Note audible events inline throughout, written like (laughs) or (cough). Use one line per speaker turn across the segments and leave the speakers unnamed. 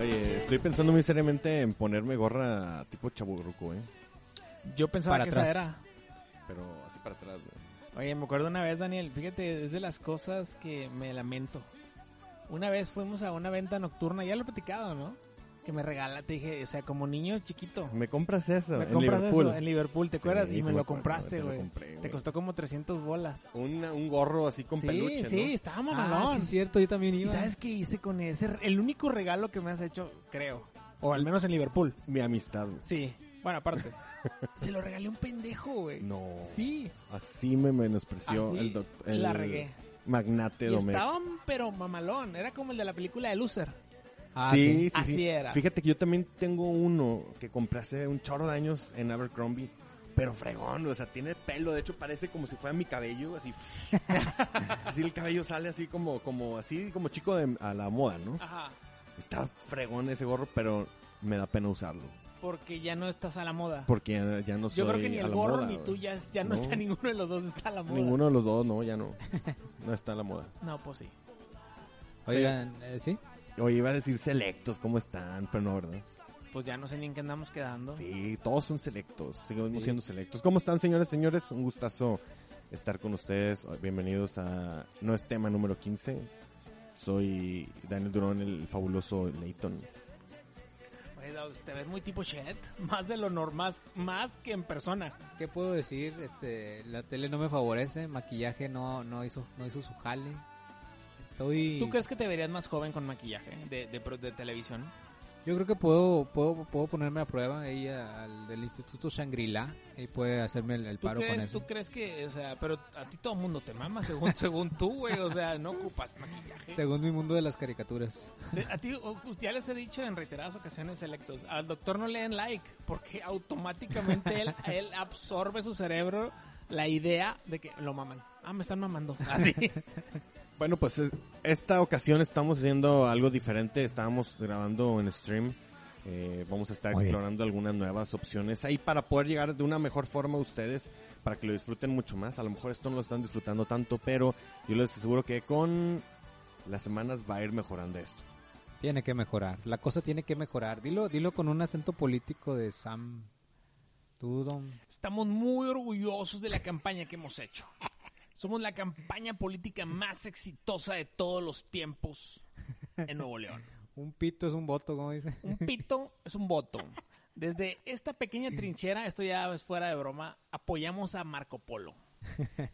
Oye, estoy pensando muy seriamente en ponerme gorra tipo chaburruco, ¿eh?
Yo pensaba
Para
que esa
atrás.
era.
Pero así para atrás, güey.
Oye, me acuerdo una vez, Daniel, fíjate, es de las cosas que me lamento. Una vez fuimos a una venta nocturna, ya lo he platicado, ¿no? Que me regala, te dije, o sea, como niño chiquito.
Me compras eso
Me
en
compras
Liverpool.
eso en Liverpool, ¿te
Sí,
acuerdas?
sí
y
me
me lo
acuerdo, te
compraste,
lo
güey.
compré,
Te
güey.
costó como 300 bolas.
Una- un gorro así con
sí,
peluche, ¿no?
sí, estaba
Ah,
mamalón.
sí, es cierto, yo también
¿Y
iba.
sabes qué hice con ese? El único regalo que me has hecho, creo. O al menos en Liverpool.
Mi amistad, güey.
Sí. Bueno, aparte.
(laughs)
se lo regalé a un pendejo, güey.
No.
Sí.
Así me menospreció
Así
el doctor. El
la regué.
Magnate
Y
Domecq.
estaban, pero mamalón. Era como el de la película de Loser.
Ah,
sí, sí, sí.
Así era.
Fíjate que yo también tengo uno que compré hace un chorro de años en Abercrombie. Pero fregón, o sea, tiene pelo. De hecho, parece como si fuera mi cabello. Así. (laughs) así el cabello sale así como, como, así como chico de, a la moda, ¿no?
Ajá.
Está fregón ese gorro, pero me da pena usarlo.
Porque ya no estás a la moda.
Porque ya, ya no Pues soy
Yo creo que ni
a
el
la
gorro
moda,
ni
güey.
tú ya, ya no,
No.
está (laughs) ninguno de los dos está a la moda.
Ninguno de los dos, no, ya no. No está a la moda.
No, pues sí.
Oigan, eh, sí.
Oye, iba a decir selectos, ¿cómo están? Pero no, ¿verdad?
Pues ya no sé ni en qué andamos quedando.
Sí, todos son selectos, seguimos
Sí.
siendo selectos. ¿Cómo están, señores, señores? Un gustazo estar con ustedes. Bienvenidos a No es tema número 15. Soy Daniel Durón, el fabuloso Leighton.
Oye, Doug, te ves muy tipo shit. (laughs) Más de lo normal, más que en persona.
¿Qué puedo decir? Este, la tele no me favorece, maquillaje no, no hizo, no hizo su jale. Estoy.
¿Tú crees que te verías más joven con maquillaje de, de, pro- de televisión?
Yo creo que puedo, puedo, puedo ponerme a prueba ahí a- al del Instituto Shangri-La y puede hacerme el, el
¿Tú
paro con
crees,
eso.
¿Tú crees que, o sea, pero a ti todo el mundo te mama según, (laughs) según tú, güey? O sea, no ocupas maquillaje.
Según mi mundo de las caricaturas.
De- a ti, o- ya les he dicho en reiteradas ocasiones, electos, al doctor no le den like porque automáticamente él, él absorbe su cerebro la idea de que lo maman. Ah, me están mamando. Así.
Bueno, pues es- esta ocasión estamos haciendo algo diferente. Estábamos grabando en stream. Eh, vamos a estar
Muy bien.
explorando algunas nuevas opciones ahí para poder llegar de una mejor forma a ustedes, para que lo disfruten mucho más. A lo mejor esto no lo están disfrutando tanto, pero yo les aseguro que con las semanas va a ir mejorando esto.
Tiene que mejorar. La cosa tiene que mejorar. Dilo, dilo con un acento político de Sam. Tú, don.
Estamos muy orgullosos de la campaña que hemos hecho. Somos la campaña política más exitosa de todos los tiempos en Nuevo León.
Un pito es un voto, como dice.
(laughs) Un pito es un voto. Desde esta pequeña trinchera, esto ya es fuera de broma, apoyamos a Marco Polo.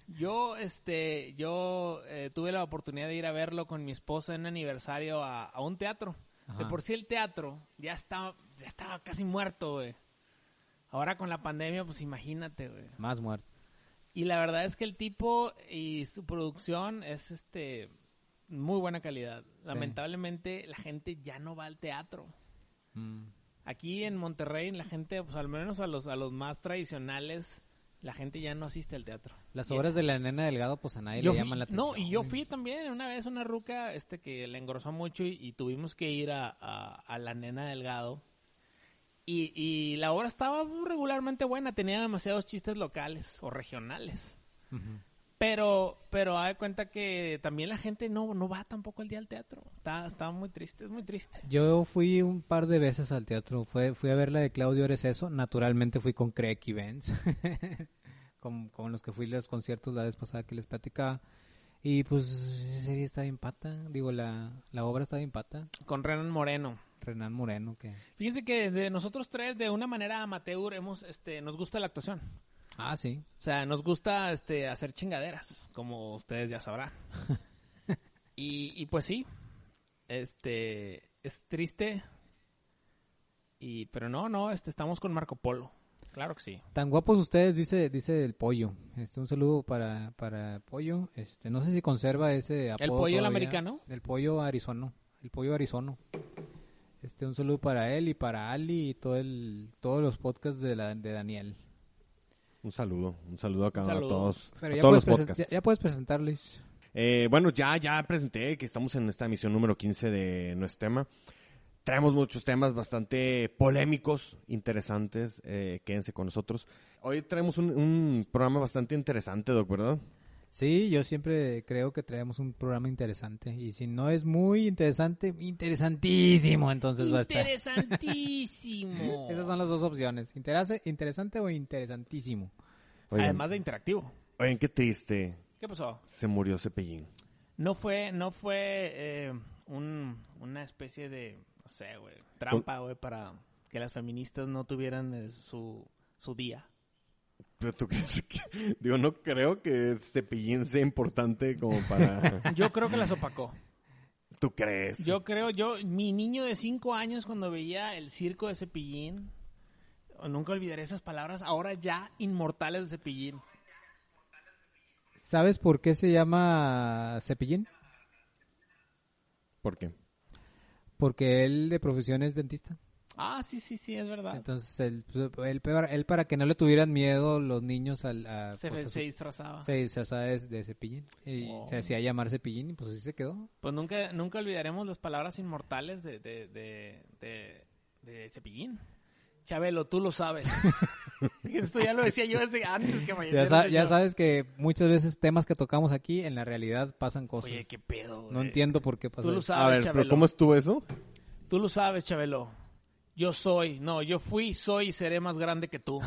Yo, este, yo eh, tuve la oportunidad de ir a verlo con mi esposa en un aniversario a, a un teatro. De
Ajá.
por sí el teatro ya estaba, ya estaba casi muerto, güey. Ahora con la pandemia, pues imagínate, güey.
Más muerto.
Y la verdad es que el tipo y su producción es este muy buena calidad. Lamentablemente la gente ya no va al teatro.
Mm.
Aquí en Monterrey la gente, pues al menos a los a los más tradicionales, la gente ya no asiste al teatro.
Las
Y-
obras de la nena delgado, pues a nadie
yo
le
fui-
llaman la atención.
No, y yo
güey.
fui también una vez una ruca este que la engrosó mucho y, y tuvimos que ir a, a- a la nena delgado. Y, y la obra estaba regularmente buena, tenía demasiados chistes locales o regionales.
Ujú.
Pero, pero haz de cuenta que también la gente no, no va tampoco al día al teatro. Está, está muy triste, es muy triste.
Yo fui un par de veces al teatro. Fue, fui a ver la de Claudio Receso. Naturalmente fui con Craig y Benz. (laughs) con, con los que fui a los conciertos la vez pasada que les platicaba. Y pues esa serie está bien pata. Digo, la, la obra está bien pata.
Con Renan Moreno.
Renan Moreno, que.
Fíjense que de nosotros tres, de una manera amateur, hemos, este, nos gusta la actuación.
Ah, sí.
O sea, nos gusta este, hacer chingaderas, como ustedes ya sabrán. (laughs) y, y pues sí, este, es triste, Y, pero no, no, este, estamos con Marco Polo. Claro que sí.
Tan guapos ustedes, dice, dice el pollo. Este, un saludo para, para Pollo. Este, no sé si conserva ese apodo.
¿El pollo el
todavía.
americano?
El pollo arizono. El pollo arizono. Este, un saludo para él y para Ali y todo el, todos los podcasts de, la, de Daniel.
Un saludo, un saludo a cada
Un
uno, a
saludo.
todos,
Pero
a
ya
todos
puedes,
los
presen-
podcasts.
ya, ya puedes presentarles.
Eh, bueno, ya, ya presenté que estamos en esta emisión número 15 de nuestro tema. Traemos muchos temas bastante polémicos, interesantes. eh, quédense con nosotros. Hoy traemos un, un programa bastante interesante, Doc, ¿verdad?
Sí, yo siempre creo que traemos un programa interesante. Y si no es muy interesante, interesantísimo, entonces va a estar.
Interesantísimo.
(laughs) Esas son las dos opciones. Interase- interesante o interesantísimo.
Oigan,
Además de interactivo.
oigan, qué triste.
¿Qué pasó?
Se murió Cepillín.
No fue, no fue eh, un- una especie de, no sé, güey, trampa, güey, para que las feministas no tuvieran eh, su, su día.
Pero tú (laughs) crees que- Digo, no creo que Cepillín sea importante como (laughs) para...
Yo creo que las opacó.
¿Tú crees?
Yo creo, yo, mi niño de cinco años cuando veía el circo de Cepillín, oh, nunca olvidaré esas palabras, ahora ya inmortales de Cepillín.
¿Sabes por qué se llama Cepillín?
¿Por qué?
Porque él de profesión es dentista.
Ah, sí, sí, sí, es verdad.
Entonces, él, pues, él, para- él para que no le tuvieran miedo los niños al, a,
Se,
pues, a su-
se disfrazaba.
se disfrazaba de, de Cepillín. Y
Wow.
se hacía llamar Cepillín y pues así se quedó.
Pues nunca, nunca olvidaremos las palabras inmortales de, de, de, de, de Cepillín. Chabelo, tú lo
(laughs)
sabes. Esto ya lo decía yo desde antes que falleciera.
Ya, sa-
el
ya
señor.
sabes que muchas veces temas que tocamos aquí en la realidad pasan cosas.
Oye, qué pedo, güey.
no entiendo por qué pasó.
Tú lo
eso.
sabes,
a ver,
Chabelo.
¿pero cómo estuvo
(laughs)
eso? (laughs)
Tú lo sabes, Chabelo. Yo soy, no, yo fui, soy y seré más grande que tú.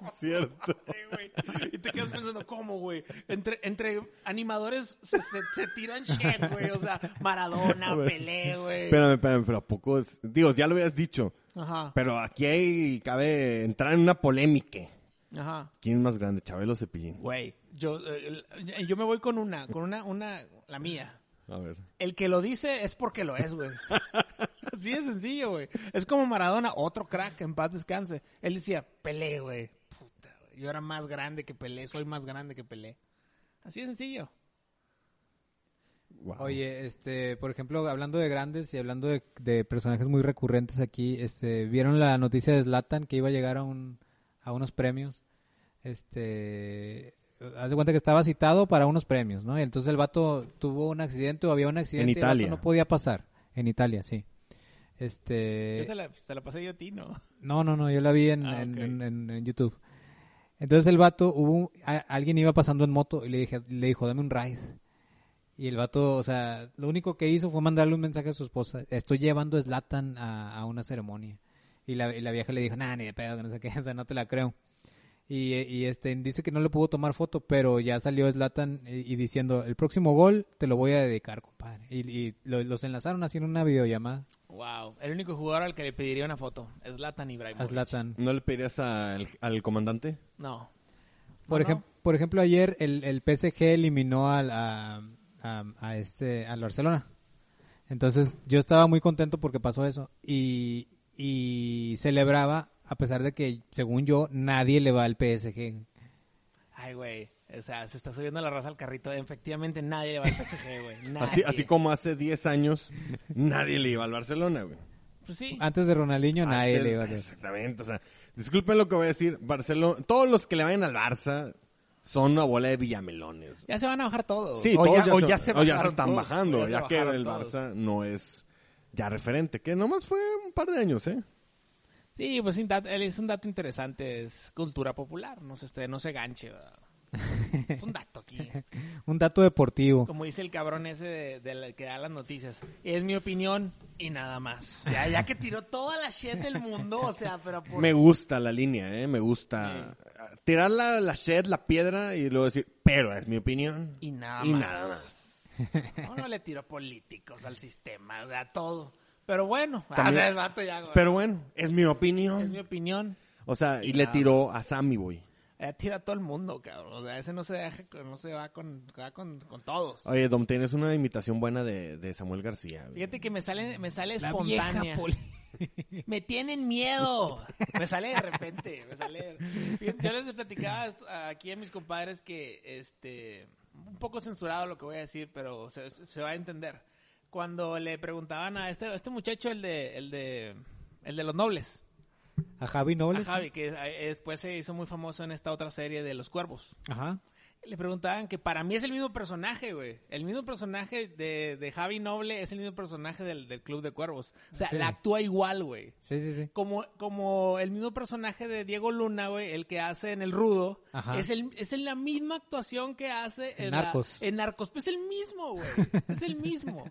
Es cierto.
Ay, güey. Y te quedas pensando, ¿cómo, güey? Entre, entre animadores se, se- se tiran shit, güey. O sea, Maradona, Pelé, güey.
Espérame, espérame, pero ¿a poco es...? Digo, ya lo habías dicho,
Ajá,
pero aquí hay, cabe entrar en una polémica.
ajá.
¿Quién es más grande, Chabelo o Cepillín?
Güey, yo, eh, el- yo me voy con una, con una, una, la mía.
A ver.
El que lo dice es porque lo es, güey. (laughs) Así de sencillo, güey. Es como Maradona, otro crack, en paz descanse. Él decía, Pelé, güey. Puta, güey, yo era más grande que Pelé, soy más grande que Pelé. Así de sencillo.
Wow.
Oye, este, por ejemplo, hablando de grandes y hablando de, de personajes muy recurrentes aquí, este, vieron la noticia de Zlatan que iba a llegar a un, a unos premios, este, haz de cuenta que estaba citado para unos premios, ¿no? Y entonces el vato tuvo un accidente o había un accidente, y el vato
Italia.
no podía pasar, en Italia, sí.
Yo
Este,
te la, te la pasé yo a ti, ¿no?
no, no, no, yo la vi en,
Ah,
en-
ok.
en- en- en YouTube. Entonces el vato, hubo un- a- alguien iba pasando en moto y le, dije, le dijo, dame un ride. Y el vato, o sea, lo único que hizo fue mandarle un mensaje a su esposa. Estoy llevando a Zlatan a, a una ceremonia. Y la, y la vieja le dijo, nah, ni de pedo, que no sé qué, (laughs) o sea, no te la creo. Y, eh, y, este, dice que no le pudo tomar foto, pero ya salió Zlatan eh, y, y diciendo, el próximo gol te lo voy a dedicar, compadre. Y, y lo- los enlazaron así en una videollamada
Wow, el único jugador al que le pediría una foto es Latan Ibrahimovic.
a Zlatan.
¿No le pedirías al, al comandante?
No.
Por,
No,
ejem- por ejemplo, ayer el, el PSG eliminó al, a, a- a este, al Barcelona. Entonces yo estaba muy contento porque pasó eso. Y, y celebraba, a pesar de que, según yo, nadie le va al PSG.
no. Ay, güey. O sea, se está subiendo la raza al carrito. Efectivamente, nadie (laughs) le va al PSG, güey. Nadie.
Así, así como hace 10 años nadie le iba al Barcelona, güey.
Pues sí.
Antes de Ronaldinho, nadie
Antes-
le iba al Barcelona.
Exactamente, o sea, disculpen lo que voy a decir, Barcelona, todos los que le vayan al Barça son una bola de villamelones.
Ya se van a bajar todos.
Sí,
O
todos
ya, o
son-
ya se
o ya
bajaron
están
todos, o
bajando, ya,
se
que
bajaron
el
todos.
Barça no es ya referente, que nomás fue un par de años, ¿eh?
Sí, pues sin dat- es un dato interesante. Es cultura popular. No se, esté- no se ganche, (laughs) ¿verdad? Es un dato aquí.
Un dato deportivo.
Como dice el cabrón ese de, de la- que da las noticias. Es mi opinión y nada más. Ya, ya que tiró toda la shit del mundo, o sea, pero por
Me gusta la línea, ¿eh? Me gusta tirar la, la shed, la piedra y luego decir, pero es mi opinión.
Y nada
Y
más.
nada más.
(laughs) No, no le tiró políticos al sistema, o sea, todo. Pero bueno, (laughs)
También-
o sea, el vato ya, güey.
Pero bueno, es mi
es
opinión.
mi opinión.
O sea, y,
Y
le
nada
tiró a Sammy Boy.
Ya tira a todo el mundo, cabrón. O sea, ese no se deja, con- no se va con, va con, con todos.
Oye, Dom, tienes una imitación buena de, de Samuel García. güey.
Fíjate que me sale, me sale espontánea.
poli-
Me tienen miedo. (laughs) Me sale de repente, me sale. de- Yo les platicaba est- aquí a mis compadres que, este, un poco censurado lo que voy a decir, pero se, se va a entender. Cuando le preguntaban a este, a este muchacho, el de, el de, el de los nobles,
A Javi
a
Nobles.
Javi, que eh, después se hizo muy famoso en esta otra serie de los cuervos.
Ajá.
Le preguntaban que para mí es el mismo personaje, güey. El mismo personaje de, de Javi Noble es el mismo personaje del, del Club de Cuervos. O sea,
Sí.
la actúa igual, güey.
Sí, sí, sí.
Como, como el mismo personaje de Diego Luna, güey, el que hace en El Rudo,
Ajá.
es, el, es en la misma actuación que hace en,
En
la-
Narcos.
en Narcos. Pues es el mismo,
(laughs)
güey. Es el mismo.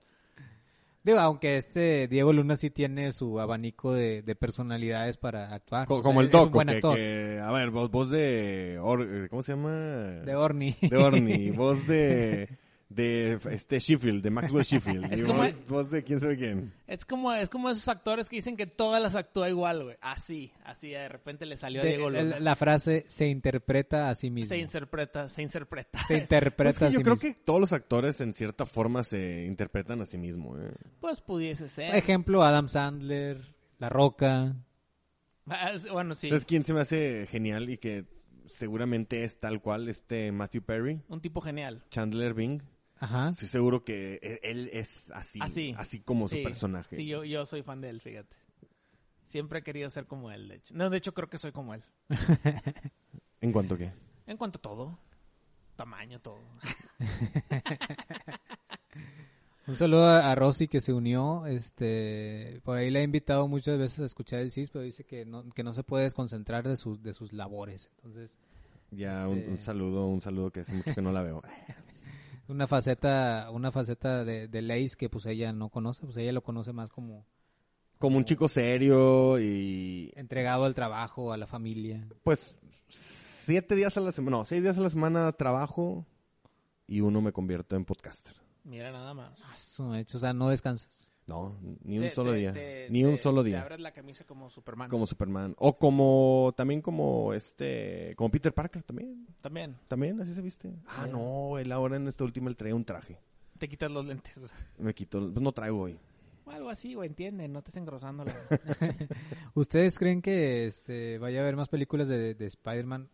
Digo, aunque este Diego Luna sí tiene su abanico de, de personalidades para actuar.
Co-
O
como
sea,
el
es un
doco,
buen
que,
actor.
que- a ver, voz, voz de... Or- eh, ¿Cómo se llama?
De Orni.
De
(laughs)
Orny, voz de... De este Sheffield, de Maxwell Sheffield.
Es
y
como-
voz, voz de quién sabe quién.
Es como, es como esos actores que dicen que todas las actúa igual, güey. Así, así de repente le salió a
De-
Diego Luna.
la, la frase se interpreta a sí mismo.
se interpreta, se interpreta.
Se
(laughs)
interpreta
Es que
a sí
yo creo
mismo.
que todos los actores en cierta forma se interpretan a sí mismos. ¿eh?
(laughs) Pues pudiese ser.
Ejemplo, Adam Sandler, La Roca.
Ah,
Pues,
es- (laughs) Bueno, sí.
¿Sabes quién se me hace genial y que seguramente es tal cual este Matthew Perry?
Un tipo genial.
Chandler Bing.
Ajá.
Estoy seguro que e- él es así,
Así.
así, como
Sí,
su personaje.
Sí, yo, yo soy fan de él, fíjate. Siempre he querido ser como él, de hecho. No, de hecho creo que soy como él.
¿En cuanto a qué?
En cuanto a todo. Tamaño, todo. (laughs)
Un saludo a, a Rosy que se unió. Este, por ahí la he invitado muchas veces a escuchar el CIS, pero dice que no, que no se puede desconcentrar de sus, de sus labores. Entonces,
Ya un,
Este-
un saludo, un saludo que hace mucho que no la
(laughs)
veo.
una faceta, una faceta de, de Lace que pues ella no conoce, pues ella lo conoce más como
Como un chico serio y
entregado al trabajo, a la familia.
pues siete días a la semana, no, seis días a la semana trabajo y uno me convierto en podcaster.
Mira nada más.
Eso, de hecho, o sea, no descansas.
No, ni un
Te-
solo
te-
día.
te-
ni
te-
un solo
Te
día.
abres la camisa como Superman.
Como Superman. O como, también como este, como Peter Parker también.
También.
También, así se viste. Ah, no, él ahora
este
en esta última él traía un traje.
Te quitas los lentes. (laughs)
Me quitó, pues no traigo hoy.
O algo así, güey. Entiende, no te estés engrosando. la-
(laughs)
¿Ustedes creen que este, vaya a haber más películas de, de Spider-Man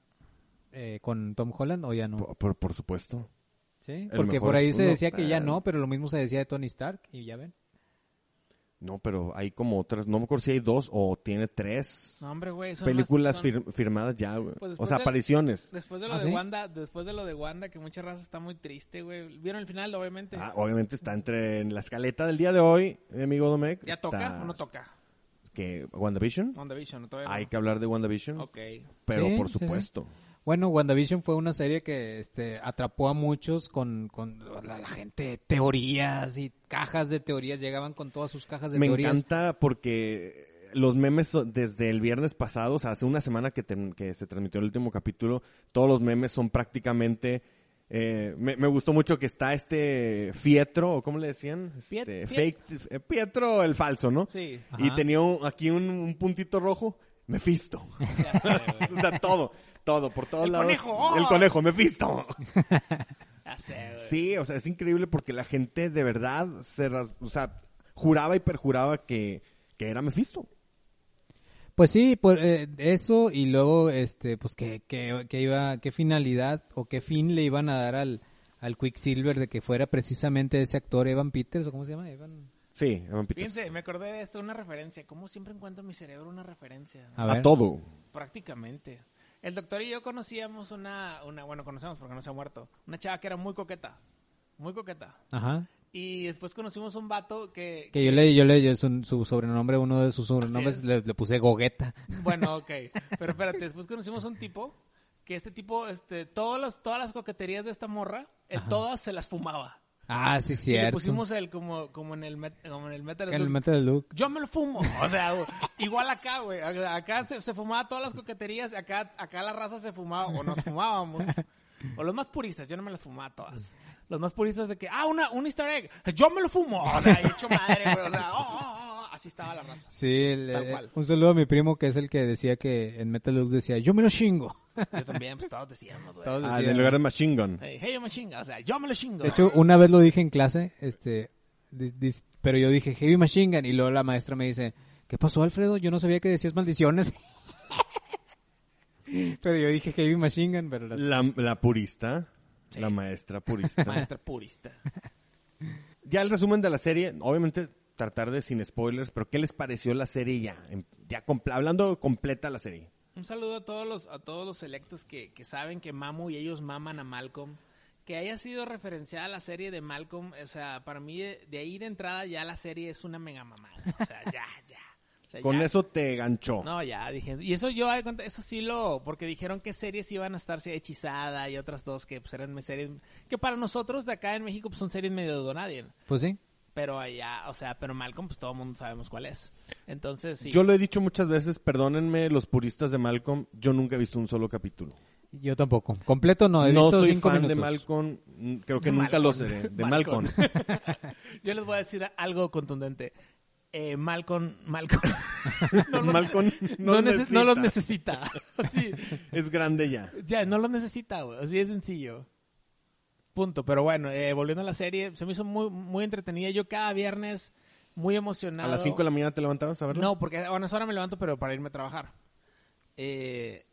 eh, con Tom Holland o ya no?
Por, por- por supuesto.
¿Sí?
el
Porque
mejor
por ahí se
uno-
decía que ya
Ah.
no, pero lo mismo se decía de Tony Stark y ya ven.
No, pero hay como otras, no me acuerdo si hay dos o tiene tres
No, hombre, güey. son las-
películas
son-
fir- firmadas ya, güey.
Pues
o
después
sea,
del-
apariciones.
Después de lo
¿Ah,
de
sí?
Wanda, después de lo de Wanda, que mucha raza está muy triste, güey. ¿Vieron el final, obviamente?
Ah, obviamente está entre en la escaleta del día de hoy, mi amigo Domecq.
¿Ya
está-
toca o no toca?
Que, WandaVision.
WandaVision, todavía no.
Hay que hablar de WandaVision,
Ok.
pero
Sí,
por
sí, sí.
supuesto.
Bueno, WandaVision fue una serie que este, atrapó a muchos con, con la, la gente, teorías y cajas de teorías, llegaban con todas sus cajas de
Me
teorías.
encanta porque los memes son- desde el viernes pasado, o sea, hace una semana que, tem- que se transmitió el último capítulo, todos los memes son prácticamente... eh, me, me gustó mucho que está este Fietro, ¿o ¿cómo le decían?
Fiet-
Este,
Fiet-
fake, eh, Pietro el falso, ¿no?
Sí.
Y
Ajá.
tenía un- aquí un, un puntito rojo, Mefisto.
(laughs) Ya sé, güey.
(laughs) o sea, todo, todo, por todos
El
lados.
conejo.
El conejo, Mefisto.
(laughs) Ya sé, güey.
Sí, o sea, es increíble porque la gente de verdad se, ras- o sea, juraba y perjuraba que, que era Mephisto.
Pues sí, pues eh, eso y luego este pues que, que, que iba qué finalidad o qué fin le iban a dar al al Quicksilver de que fuera precisamente ese actor Evan Peters o cómo se llama Evan
Sí, Evan Peters.
Fíjense, me acordé de esto, una referencia. Como siempre encuentro en mi cerebro una referencia.
a
A,
ver.
todo.
Prácticamente. El doctor y yo conocíamos una, una, bueno, conocemos porque no se ha muerto, una chava que era muy coqueta, muy coqueta.
Ajá.
Y después conocimos un vato que,
Que yo le yo le yo su, su sobrenombre uno de sus
es.
sobrenombres le, le puse Gogeta.
Bueno, ok. Pero espérate, después conocimos a un tipo que este tipo, este, todas las, todas las coqueterías de esta morra, él todas se las fumaba.
Ah, sí
Y
cierto.
le pusimos el como, como en el met- como en el metal.
Que el
Slug,
Metal Look.
Yo me lo fumo. (laughs) O sea, güey, igual acá, güey. Acá se, se fumaba todas las coqueterías, acá, acá la raza se fumaba, o nos fumábamos. O los más puristas, yo no me las fumaba todas. Los más puristas de que, ah, una, un easter egg, yo me lo fumo. O sea, y hecho madre, güey. O sea, oh, oh, oh, así estaba la raza.
Sí, el-
Tal
eh,
cual.
un saludo a mi primo que es el que decía que en Metal Look decía, "Yo me lo chingo." (laughs)
Yo también, pues todos decíamos, güey.
Todos
Ah,
decían-
en lugar de Machine Gun.
Hey, hey, yo me chingo, o sea, yo me lo chingo.
De hecho, una vez lo dije en clase, este, di- di- pero yo dije Heavy Machine Gun y luego la maestra me dice, ¿Qué pasó, Alfredo? Yo no sabía que decías maldiciones. (laughs) pero yo dije Heavy Machine Gun, pero las-
La, la purista,
Sí.
la maestra purista.
(laughs) Maestra purista.
ya el resumen de la serie, obviamente tratar de sin spoilers, pero ¿qué les pareció la serie ya? En- Ya compl- hablando completa la serie.
Un saludo a todos los, a todos los selectos que, que saben que mamo y ellos maman a Malcolm. Que haya sido referenciada la serie de Malcolm, o sea, para mí de, de ahí de entrada ya la serie es una mega mamada. O sea, ya, ya. O sea,
Con
ya.
eso te ganchó.
No, ya dije. Y eso yo, haz de cuenta, eso sí lo. Porque dijeron que series iban a estarse hechizada y otras dos que pues, eran series. Que para nosotros de acá en México pues, son series medio de nadie.
Pues sí.
Pero allá, o sea, pero Malcolm, pues todo el mundo sabemos cuál es. Entonces, sí.
Yo lo he dicho muchas veces, perdónenme los puristas de Malcolm, yo nunca he visto un solo capítulo.
Yo tampoco. Completo no, he
no
visto
soy
cinco
fan de
minutos.
Malcolm, mm, creo que
De
nunca lo
Malcolm.
seré. De
Malcolm.
Malcolm.
Yo les voy a decir algo contundente. Eh, Malcolm,
(laughs)
Malcolm. no los-
Malcolm no,
no, neces- no los
necesita.
necesita. (laughs) Sí.
Es grande ya.
Ya, no los necesita, güey. Así de sencillo. Punto. Pero bueno, eh, volviendo a la serie, se me hizo muy, muy entretenida. Yo cada viernes, muy emocionado.
¿A las 5 de la mañana te levantabas a verlo?
No, porque bueno, ahora me levanto, pero para irme a trabajar. Eh,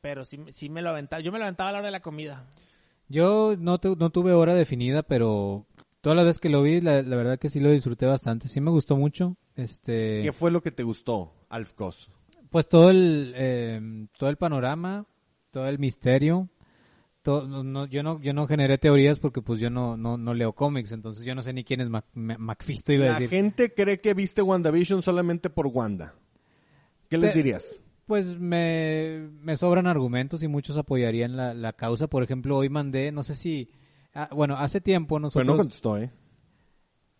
pero sí, sí me lo aventaba. Yo me lo aventaba a la hora de la comida.
Yo no, tu- no tuve hora definida, pero todas las veces que lo vi, la, la verdad que sí lo disfruté bastante. Sí me gustó mucho. Este,
¿Qué fue lo que te gustó, Alf Cos?
Pues todo el, eh, todo el panorama, todo el misterio. todo- no- no- yo, no, yo no generé teorías porque pues yo no, no, no leo cómics, entonces yo no sé ni quién es Mac- Ma- McFisto, iba a
La
decir.
gente cree que viste WandaVision solamente por Wanda. ¿Qué les
Te-
dirías?
Pues me, me sobran argumentos y muchos apoyarían la, la causa. Por ejemplo, hoy mandé, no sé si... ah, bueno, hace tiempo
Pero
nosotros...
no contestó, ¿eh?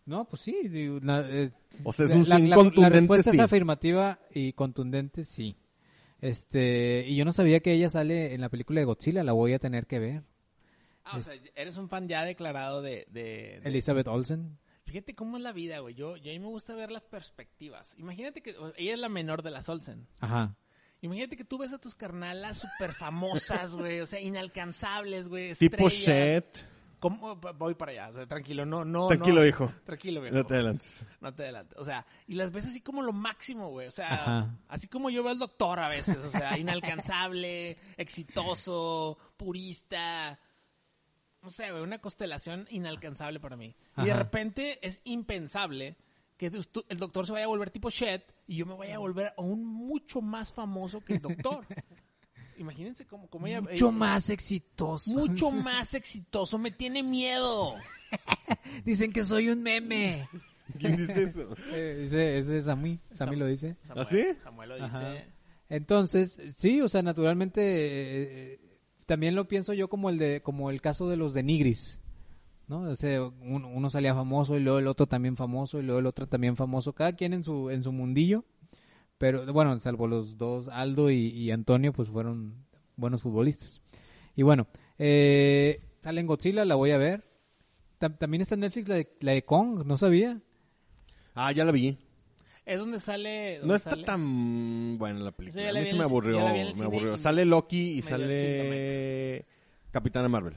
No, pues sí. digo, na- eh,
O sea, es un sí
La
contundente
respuesta
sí.
es afirmativa y contundente sí. Este, y yo no sabía que ella sale en la película de Godzilla, la voy a tener que ver.
Ah, o sea, eres un fan ya declarado de- de- de
Elizabeth Olsen.
Fíjate cómo es la vida, güey. Yo, yo a mí me gusta ver las perspectivas. Imagínate que o- ella es la menor de las Olsen.
Ajá.
Imagínate que tú ves a tus carnalas súper
(laughs)
famosas, güey. O sea, inalcanzables, güey.
Tipo Shed.
estrellas. ¿Cómo? Pa- Voy para allá. O sea, tranquilo, no, no.
Tranquilo,
no.
hijo.
Tranquilo, viejo.
No te adelantes.
No te adelantes. O sea, y las ves así como lo máximo, güey. O sea,
Ajá.
así como yo veo al doctor a veces. O sea, inalcanzable, exitoso, purista. No sé, güey, una constelación inalcanzable para mí. Y de
Ajá.
repente es impensable que tú- tú- el doctor se vaya a volver tipo Shed y yo me vaya a volver aún mucho más famoso que el
(laughs)
doctor. Imagínense cómo, cómo ella...
Mucho
eh,
más exitoso.
Mucho más exitoso. Me tiene miedo.
Dicen que soy un meme.
¿Quién dice eso?
ese, ese es Sammy. Sammy lo dice.
Samuel,
sí?
Samuel lo dice.
¿Ah, Ajá. Entonces, sí, o sea, naturalmente eh, eh, también lo pienso yo como el de como el caso de los de Nigris, ¿no? O sea, un- uno salía famoso y luego el otro también famoso y luego el otro también famoso, cada quien en su en su mundillo. Pero bueno, salvo los dos Aldo y, y Antonio, pues fueron buenos futbolistas. Y bueno, eh, sale en Godzilla, la voy a ver. Tam- también está en Netflix la de, la de Kong, no sabía.
Ah, ya la vi.
Es donde sale...
No
donde
está
sale-
tan buena la
Eso
película.
ya
A
la
mí
vi
sí
en
me
el-
aburrió.
ya la vi en el
Me
cine
aburrió.
y-
Sale Loki
me
y
dio el
sale Capitana Marvel.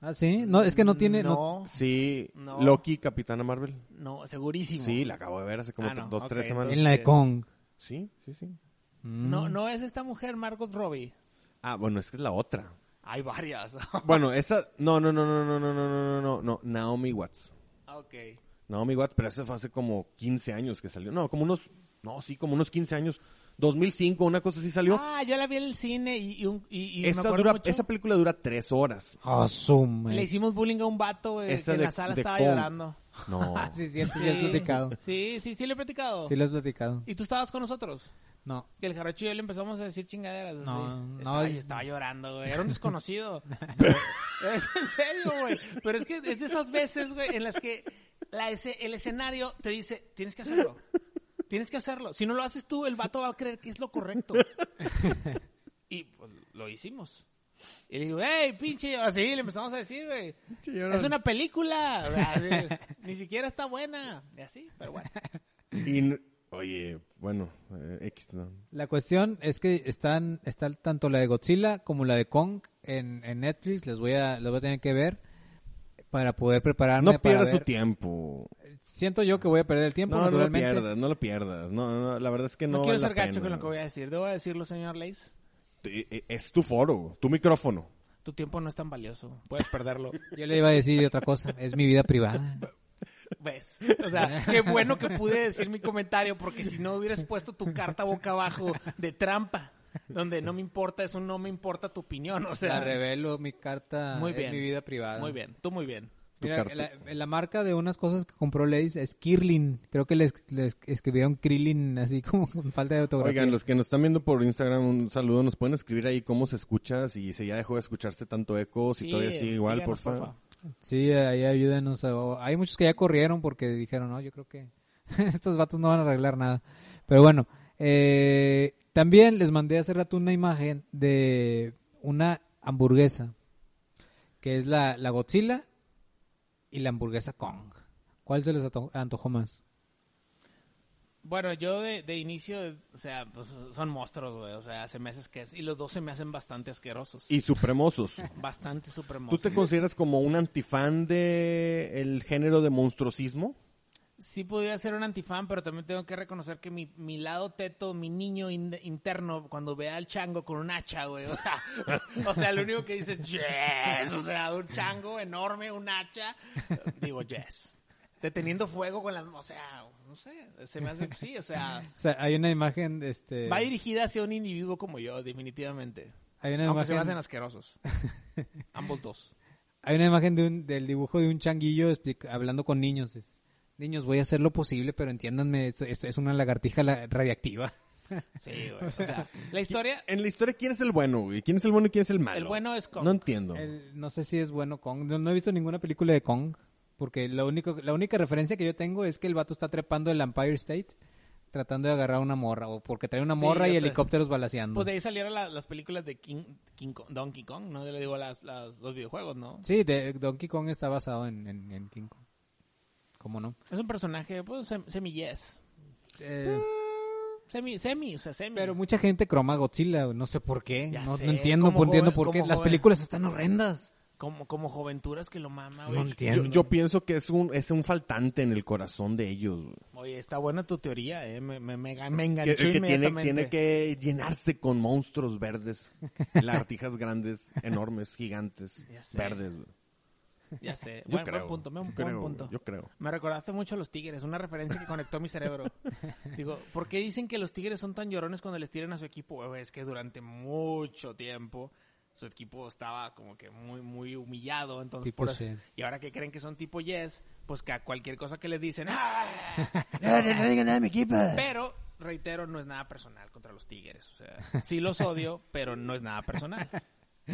Ah, sí, no, es que no tiene no-
No,
Sí,
No.
Loki, Capitana Marvel.
no, segurísimo.
Sí, la acabo de ver hace como
Ah, no.
dos,
Ok,
tres semanas.
en la de Kong.
Sí, sí, sí.
Mm.
No, no es esta mujer, Margot Robbie.
Ah, bueno, es que es la otra.
Hay varias. (laughs)
Bueno, esa... No, no, no, no, no, no, no, no, no, no, no. Naomi Watts.
ok.
Naomi Watts, pero esa fue hace como 15 años que salió. No, como unos... No, sí, como unos 15 años. 2005, una cosa así salió.
Ah, yo la vi en el cine y, y un- y- y me
esa,
acuerdo
dura,
mucho,
esa película dura tres horas.
Ah, su madre.
Le hicimos bullying a un vato güey, que
Esa
en
de-
la sala
de
estaba
Kong.
llorando.
No.
(laughs)
Ah, sí, cierto, sí, has platicado.
Sí, sí, sí, lo he platicado.
Sí, lo has platicado.
Y tú estabas con nosotros.
No.
Que el jarocho y yo le empezamos a decir chingaderas. así.
No, no,
Estaba,
y-
estaba llorando, güey. Era un desconocido. (laughs) es en serio, güey. Pero es que es de esas veces, güey, en las que la ese- el escenario te dice, tienes que hacerlo. Tienes que hacerlo. Si no lo haces tú, el vato va a creer que es lo correcto. y pues, lo hicimos. Y le digo, hey, pinche, así le empezamos a decir, güey. Es una película. O sea, así, Ni siquiera está buena. Y así, pero bueno.
Y n- oye, bueno, eh, X, no.
La cuestión es que están, está tanto la de Godzilla como la de Kong en, en Netflix. Les voy a, les voy a tener que ver para poder prepararme.
No pierdas
para
tu
ver.
tiempo.
siento yo que voy a perder el tiempo,
No, no lo
naturalmente.
pierdas, no lo pierdas. No, no, no, la verdad es que no,
No, quiero
vale la
ser gacho
pena.
con lo que voy a decir. Debo decirlo, señor Leis.
Eh, eh, Es tu foro, tu micrófono.
Tu tiempo no es tan valioso. Puedes perderlo.
Yo le iba a decir otra cosa, es mi vida privada.
¿Ves? O sea, qué bueno que pude decir mi comentario porque si no hubieras puesto tu carta boca abajo de trampa, donde no me importa, eso no me importa tu opinión. O
La
(laughs)
sea,
revelo, mi carta
muy
es
bien.
mi vida privada.
Muy bien, tú muy bien.
Tu
Mira,
carta.
la, la marca de unas cosas que compró Leis es Kirlin. Creo que les, les escribieron Krillin así como con falta de autografía.
Oigan, los que nos están viendo por Instagram, un saludo. Nos pueden escribir ahí cómo se escucha, si se ya dejó de escucharse tanto eco, si todavía sigue igual, por
díganos,
favor.
Sí, ahí ayúdenos. o- Hay muchos que ya corrieron porque dijeron, no, yo creo que (laughs) estos vatos no van a arreglar nada. Pero bueno, eh, también les mandé hace rato una imagen de una hamburguesa, que es la, la Godzilla y la hamburguesa Kong. ¿Cuál se les ato- antojó más?
Bueno, yo de, de inicio, o sea, pues son monstruos, güey. O sea, hace meses que es. Y los dos se me hacen bastante asquerosos.
Y
(laughs)
supremosos.
Bastante
¿Tú
supremos.
te consideras como un antifan de el género de monstruosismo?
Sí podía ser un antifan, pero también tengo que reconocer que mi, mi lado teto, mi niño in- interno, cuando vea al chango con un hacha, güey, o sea, (laughs) o sea, lo único que dice es yes, o sea, un chango enorme, un hacha, digo yes. Deteniendo fuego con las, o sea, no sé, se me hace, sí, o sea,
O sea, hay una imagen, este,
va dirigida hacia un individuo como yo, definitivamente.
hay una
Aunque se me
imagen,
hacen asquerosos. Ambos dos.
hay una imagen de un- del dibujo de un changuillo explic- hablando con niños. Es, niños, voy a hacer lo posible, pero entiéndanme, esto, esto es una lagartija la- radiactiva.
Sí, güey, o sea, la historia,
En la historia, ¿quién es el bueno, güey? ¿Quién es el bueno y quién es el malo?
El bueno es Kong.
No entiendo.
El- no sé si es bueno Kong. No, no he visto ninguna película de Kong. Porque lo único, la única referencia que yo tengo es que el vato está trepando el Empire State tratando de agarrar una morra. O porque trae una
Sí,
morra
yo
y
te-
helicópteros balaseando.
Pues de ahí salieron la- las películas de King, King Kong- Donkey Kong, no le digo las, las- los videojuegos, ¿no?
Sí, de- Donkey Kong está basado en, en- en King Kong. ¿Cómo no?
Es un personaje, pues, sem- semi-yes.
Eh,
Semi, semi, o sea, semi.
pero mucha gente croma Godzilla. No sé por qué.
Ya
No,
sé,
no entiendo,
como
no entiendo
joven-
por qué.
como
Las
joven.
películas están horrendas.
como, como Joventuras que lo mama,
No
güey.
entiendo.
Yo, yo pienso que es un, es un faltante en el corazón de ellos. güey.
Oye, está buena tu teoría, ¿eh? Me, me, me, me
Que,
enganchó
que tiene,
inmediatamente.
tiene que llenarse con monstruos
(laughs)
verdes, lagartijas grandes, enormes, gigantes,
Ya sé.
verdes. güey.
Ya sé.
Yo
Buen,
creo.
buen punto, buen,
yo
buen
creo, güey,
punto.
Yo creo.
Me recordaste mucho a los tigres, una referencia que conectó mi
(laughs)
cerebro. Digo, ¿por qué dicen que los tigres son tan llorones cuando les tiran a su equipo? Bueno, es que durante mucho tiempo su equipo estaba como que muy, muy humillado. Entonces,
Tipo
por eso-
sí.
Y ahora que creen que son tipo yes, pues que a cualquier cosa que les dicen,
(laughs)
¡ah!
No, no, no digan nada de mi equipo.
Pero, reitero, no es nada personal contra los tigres. O sea, sí los odio, pero no es
(laughs)
nada personal.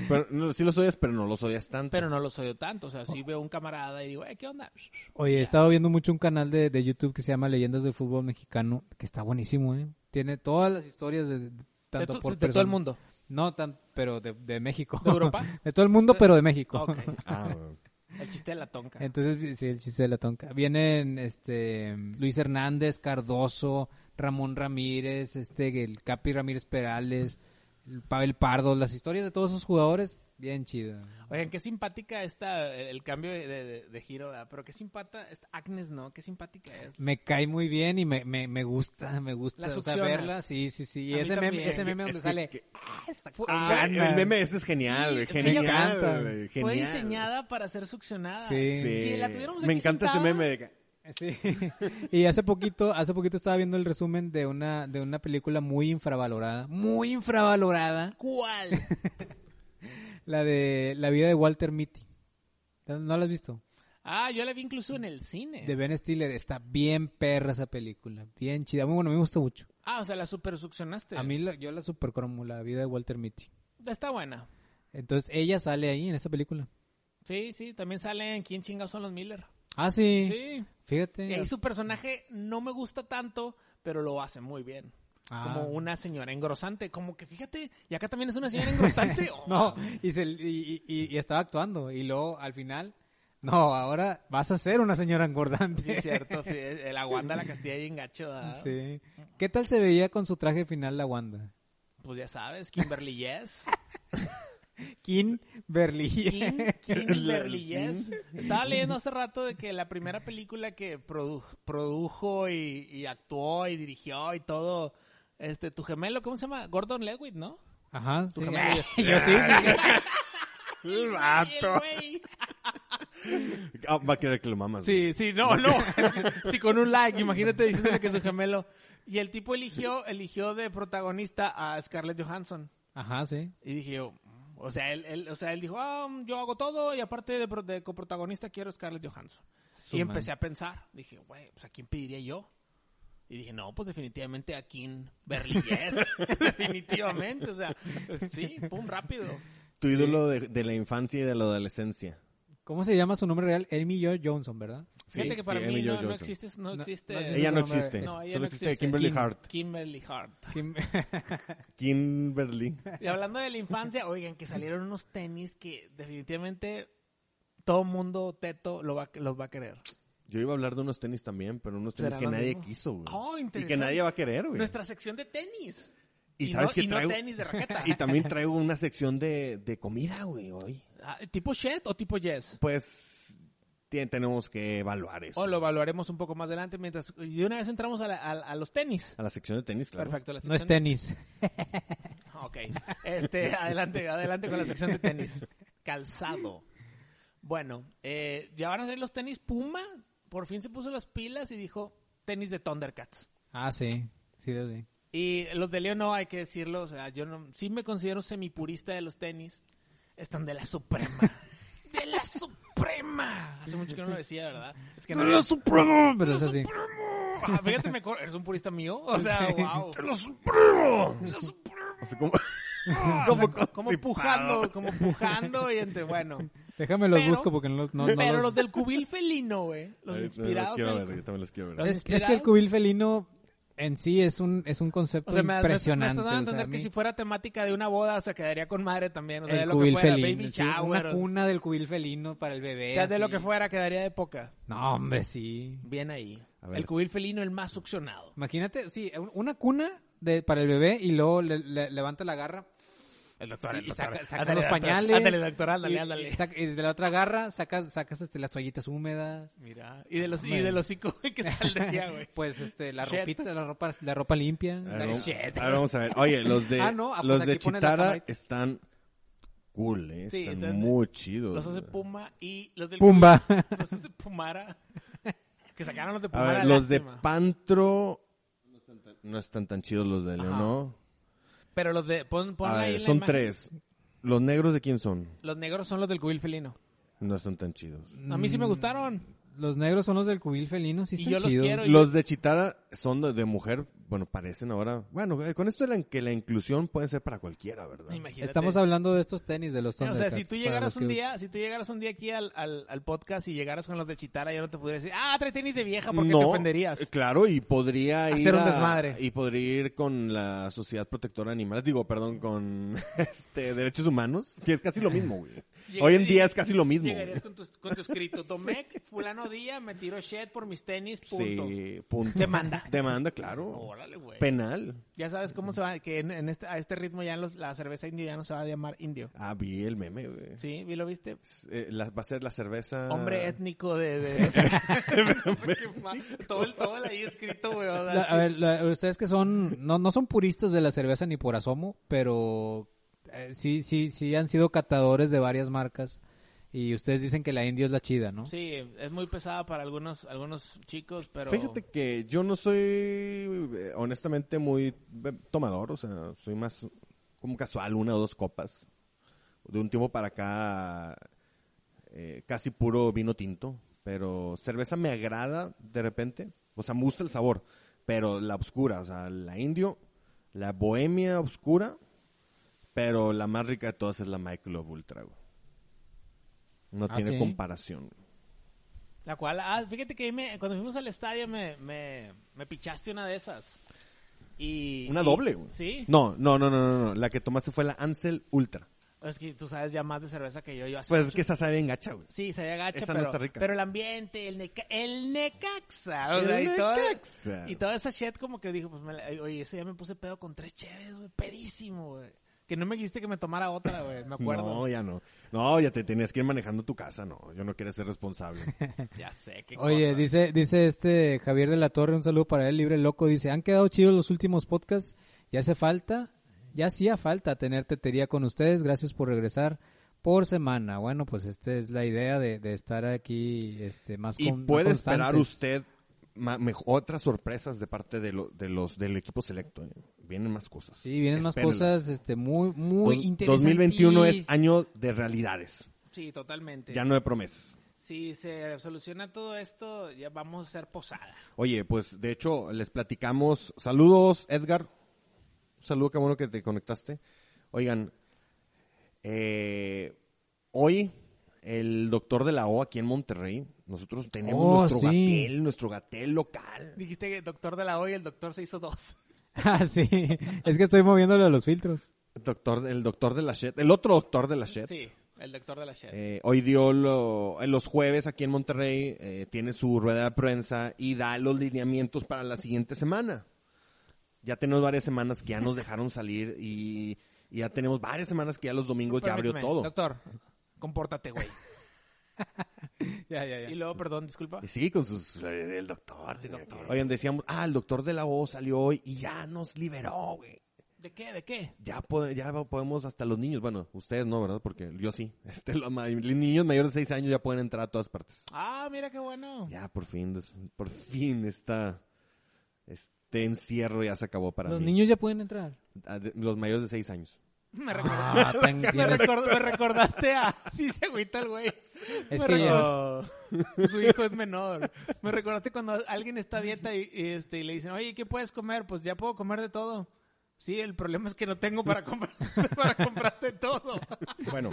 Pero, no, sí los odias, pero no los odias tanto.
Pero no los odio tanto. O sea, sí veo un camarada y digo, "Eh, ¿qué onda?
Oye, he estado viendo mucho un canal de, de YouTube que se llama Leyendas del Fútbol Mexicano, que está buenísimo, ¿eh? Tiene todas las historias de, de- tanto
de, tu-
por
de todo el
persona-
mundo.
No, tan, pero de, de México.
¿De Europa?
(laughs) de todo el mundo, pero de México.
Ok.
Ah, güey.
El chiste de la tonca.
Entonces, sí, el chiste de la tonca. Vienen este, Luis Hernández, Cardoso, Ramón Ramírez, este, el Capi Ramírez Perales, el Pavel Pardo, las historias de todos esos jugadores, bien chidas.
Oigan, qué simpática está el cambio de, de- de giro, ¿verdad? pero qué simpática esta Agnes, ¿no? Qué simpática es.
Me cae muy bien y me, me, me gusta, me gusta
La
o sea,
succionas.
verla. Sí, sí, sí. Y
A mí
ese meme,
también.
ese meme donde
Es que-
sale...
que-
Fue-
Ah,
fue-
el meme ese es genial, güey,
me
genial,
encanta.
güey,
fue
genial.
diseñada para ser succionada.
Sí.
Si la tuviéramos
Me
aquí
encanta
sentada,
ese meme de que-
Sí. (laughs) y hace poquito, hace poquito estaba viendo el resumen de una, de una película muy infravalorada. Muy infravalorada.
¿Cuál?
La de La vida de Walter Mitty. ¿No la has visto?
(laughs) Ah, yo la vi incluso en el cine.
De Ben Stiller. Está bien perra esa película. Bien chida. Muy bueno, me gusta mucho.
Ah, o sea, la super succionaste.
A mí la- yo la supercromo, La vida de Walter Mitty.
Está buena.
Entonces ella sale ahí en esa película.
Sí, sí, también salen quién chingados son los Miller.
Ah, sí.
Sí.
Fíjate.
Y ahí su personaje no me gusta tanto, pero lo hace muy bien.
Ah.
Como una señora engrosante. Como que fíjate, y acá también es una
(laughs)
señora engrosante. Oh,
No, y, se- y- y- y estaba actuando. Y luego al final, no, ahora vas a ser una señora engordante.
Sí, es cierto, sí, la Wanda la Castilla y engacho.
(laughs) Sí. ¿Qué tal se veía con su traje final la Wanda?
(laughs) Pues ya sabes, Kimberly Yes.
King Berlín.
King,
(laughs)
Kimberly, yes. Estaba leyendo hace rato de que la primera película que produ- produjo y, y actuó y dirigió y todo, este, tu gemelo, ¿cómo se llama? Gordon Lewitt, ¿no?
Ajá.
(laughs)
sí.
gemelo.
Yo sí, sí.
El
Ay, el
vato.
güey.
Ah, va a querer que lo mamas. güey.
Sí, sí, no, no. Si con un like, imagínate diciéndole que es su gemelo. Y el tipo eligió, eligió de protagonista a Scarlett Johansson.
Ajá, sí.
Y dije yo, mm, o sea, él, él- o sea, él dijo, ah, mm, yo hago todo y aparte de, pro- de coprotagonista quiero a Scarlett Johansson.
Su
y empecé
madre.
a pensar, dije, güey, pues a quién pediría yo. Y dije, no, pues definitivamente a Kim
(laughs)
Berlíes. (laughs) definitivamente, o sea, sí, pum, rápido.
Tu ídolo de, de la infancia y de la adolescencia.
¿Cómo se llama su nombre real? Elmi Jo Johnson, ¿verdad?
Fíjate
Sí,
que para
sí,
mí
Amy Jo
no, no
Johnson.
existe, no
No,
existe.
no existe.
Ella no
Ese nombre-
existe.
No, ella
Solo
no
existe
existe.
Kimberly
Kim-
Hart.
Kimberly Hart.
Kim-
Kimberly. (laughs)
Y hablando de la infancia, oigan, que salieron unos tenis que definitivamente todo mundo teto lo va, los va a querer.
Yo iba a hablar de unos tenis también, pero unos tenis
¿Será
que
lo
nadie
mismo?
quiso, güey.
Oh,
y
interesante.
que nadie va a querer, güey.
Nuestra sección de tenis.
Y sabes
no,
que
y no
traigo-
tenis de raqueta.
(laughs) Y también traigo una sección de, de comida, güey, hoy.
Ah, ¿Tipo Shed o tipo Yes?
Pues tie- tenemos que evaluar eso.
O lo evaluaremos un poco más adelante mientras... Y de una vez entramos a, la- a- a los tenis.
A la sección de tenis, claro.
Perfecto, la
No es
sección-
tenis.
(laughs) Ok. Este, adelante, adelante con la sección de tenis.
(laughs)
Calzado. Bueno, eh, ya van a salir los tenis Puma. Por fin se puso las pilas y dijo tenis de Thundercats.
Ah, sí. Sí, sí.
Y los de Leo no, hay que decirlo, o sea, yo no, sí me considero semipurista de los tenis. Están de la suprema. (laughs) ¡De la suprema! Hace mucho que no lo decía, ¿verdad? Es que no había-
supremo! Pero es así.
¡Supremo! Ah, fíjate, me cor- ¿eres un purista mío? O sea, wow.
¡Lo supremo!
¡La suprema!
O sea, (laughs)
(laughs)
como...
O sea,
Como
como
constipado.
pujando, como pujando y entre, bueno.
Déjame los
Pero-
busco porque no los... No, no
Pero
los-
los del cubil felino, güey. Los
Ay, no,
inspirados.
quiero
del-
ver, yo también los quiero ver.
Es, es que el
inspirados.
cubil felino en sí es un, es un concepto
O sea, me, me- me estás
impresionante.
dando a
o sea,
entender
a
que
mí-
si fuera temática de una boda, o sea, quedaría con madre también. O sea, de
el
lo que
cubil
fuera,
felino.
baby
sí, una
shower. o-
cuna del cubil felino para el bebé.
sea, de lo
así.
que fuera, quedaría de poca.
No, hombre, sí.
Bien ahí.
A ver.
El cubil felino, el más succionado.
Imagínate, sí, un- una cuna de, para el bebé y luego le- le- levanta la garra
El doctor,
y saca, saca
Ándale,
los
doctor.
pañales.
Ándale, doctor, ándale,
y-
ándale.
Y, saca- y de la otra garra sacas, sacas este, las toallitas húmedas.
Mira, y de los, y de los cinco güey, que saldría, güey.
(laughs) Pues este, la
Shit.
ropita, la ropa, la ropa limpia.
A ver,
La-
vamos-
shit.
a ver, vamos a ver. Oye, los de,
Ah, no, ah, pues
los de
aquí pones la
Chitara
cámara.
están cool, eh.
Sí,
Están,
están-
muy chidos.
los hace
güey.
Puma y los del
Pumba.
cubil- Los hace Pumara. Que sacaron los de
A
Pumara.
ver, los de
lástima.
Pantro no están tan, no están tan chidos los de Leo,
Ajá.
¿no?
Pero los de. Pon, pon
A
ahí
ver,
la
son
imagen.
tres. ¿Los negros de quién son?
Los negros son los del cubil felino.
No están tan chidos.
A mí sí me
Mm.
gustaron.
Los negros son los del cubil felino, sí
Y
están
yo los
chidos.
quiero. Pero
Los de Chitara son de, de mujer, bueno, parecen ahora. Bueno, eh, con esto de la, que la inclusión puede ser para cualquiera, ¿verdad?
Imagínate.
Estamos hablando de estos tenis de los
O sea, si
Thundercats,
tú
para
llegaras
los que-
un día, si tú llegaras un día aquí al, al, al podcast y llegaras con los de Chitara, yo no te podría decir, ah, trae tenis de vieja, porque te ofenderías?
eh, Claro, y podría
Hacer
ir
un
a-
desmadre.
y podría ir con la Sociedad Protectora de Animales, digo, perdón, con (laughs) este Derechos Humanos, que es casi lo mismo,
(laughs)
güey. Hoy en día es casi lo mismo.
Llegarías con tu, con tu
(laughs)
escrito, Domecq, fulano día, me tiró shit por mis tenis, punto.
Sí, punto.
Demanda.
(laughs) Demanda, claro.
Órale, güey.
Penal.
Ya sabes cómo se va, que en, en este, a este ritmo ya los- la cerveza indio ya no se va a llamar indio.
Ah, vi el meme, güey.
¿Sí? ¿Vi- ¿Lo viste?
S- eh, la- va a ser la cerveza.
Hombre étnico de... de-
(laughs)
o sea, (laughs) qué mal. todo el todo el ahí escrito, güey. o sea,
La- a ver, la- ustedes que son, no, no son puristas de la cerveza ni por asomo, pero eh, sí, sí, sí han sido catadores de varias marcas y ustedes dicen que la indio es la chida, ¿no?
Sí, es muy pesada para algunos algunos chicos, pero...
Fíjate que yo no soy, eh, honestamente, muy eh, tomador, o sea, soy más como casual, una o dos copas. De un tiempo para acá, eh, casi puro vino tinto, pero cerveza me agrada de repente, o sea, me gusta el sabor, pero la oscura, o sea, la indio, la bohemia oscura, pero la más rica de todas es la Michelob Ultra, güey. No
Ah,
tiene
¿sí?
comparación.
La cual, ah, fíjate que ahí me- cuando fuimos al estadio me, me, me pichaste una de esas. Y,
Una
y-
doble, güey.
Sí.
No, no, no, no, no, no. La que tomaste fue la Ansel Ultra.
Es que tú sabes ya más de cerveza que yo. yo hace
Pues es
mucho-
que esa sabe bien gacha, güey.
Sí, se ve gacha,
Esa no
pero,
está rica.
pero el ambiente, el, neca- el necaxa. o
El
sea, y todo-
Necaxa.
y toda esa shit como que dijo, pues, me la- oye, ese día me puse pedo con tres cheves, güey, pedísimo, güey. Que no me quisiste que me tomara otra, güey. Me acuerdo.
No, ya no. No, ya te tenías que ir manejando tu casa, no. Yo no quería ser
(laughs)
responsable.
Ya sé, qué
Oye,
cosa.
dice, dice este Javier de la Torre, un saludo para él, Libre Loco, dice, han quedado chidos los últimos podcasts, ya hace falta, ya hacía falta tener tetería con ustedes, gracias por regresar por semana. Bueno, pues esta es la idea de, de estar aquí este, más
y
con- más
puede
constantes.
esperar usted ma- mej- otras sorpresas de parte de, lo- de los del equipo selecto. ¿eh? Vienen más cosas.
Sí, vienen más
Espérenlas.
cosas este, muy, muy
Dos-
interesantes.
2021
(laughs)
es año de realidades,
Sí, totalmente.
ya no de promesas.
Si se soluciona todo esto, ya vamos a hacer posada.
Oye, pues de hecho les platicamos. Saludos, Edgar. Saludo, qué bueno que te conectaste. Oigan, eh, hoy el doctor de la O aquí en Monterrey, nosotros tenemos
Oh,
nuestro
sí.
gatel, nuestro gatel local.
Dijiste que el doctor de la O y el doctor se hizo dos.
Ah, sí, es que estoy moviéndole a los filtros.
Doctor, el doctor de la Shed, el otro doctor de la Shed.
Sí, el doctor de la Shed.
Eh, hoy dio lo- en los jueves aquí en Monterrey, eh, tiene su rueda de prensa y da los lineamientos para la siguiente semana. Ya tenemos varias semanas que ya nos dejaron salir y, y ya tenemos varias semanas que ya los domingos ya abrió
Permíteme,
todo.
Doctor, compórtate, güey.
Ya, ya,
Y luego, perdón, disculpa.
Y sigue con sus... eh, El doctor, tenía que- Oigan, decíamos, ah, el doctor de la voz salió hoy y ya nos liberó, güey.
¿De qué? ¿De qué?
Ya, po- ya podemos hasta los niños. Bueno, ustedes no, ¿verdad? Porque yo sí. (laughs) Este, los ma- niños mayores de 6 años ya pueden entrar a todas partes.
Ah, mira qué bueno.
Ya, por fin, des- por fin está este encierro ya se acabó para
Los
mí.
niños ya pueden entrar.
Ah, de- los mayores de 6 años.
Me, recordó-
Ah,
(laughs)
tan-
me recordó- me recordaste a... (laughs) Sí, se agüita el güey.
Es
Me
que ya-
recordó- Su hijo es menor. Me recordaste cuando alguien está a dieta y, y, este, y le dicen, oye, ¿qué puedes comer? Pues ya puedo comer de todo. Sí, el problema es que no tengo para comprar, (laughs) para comprar de todo.
Bueno,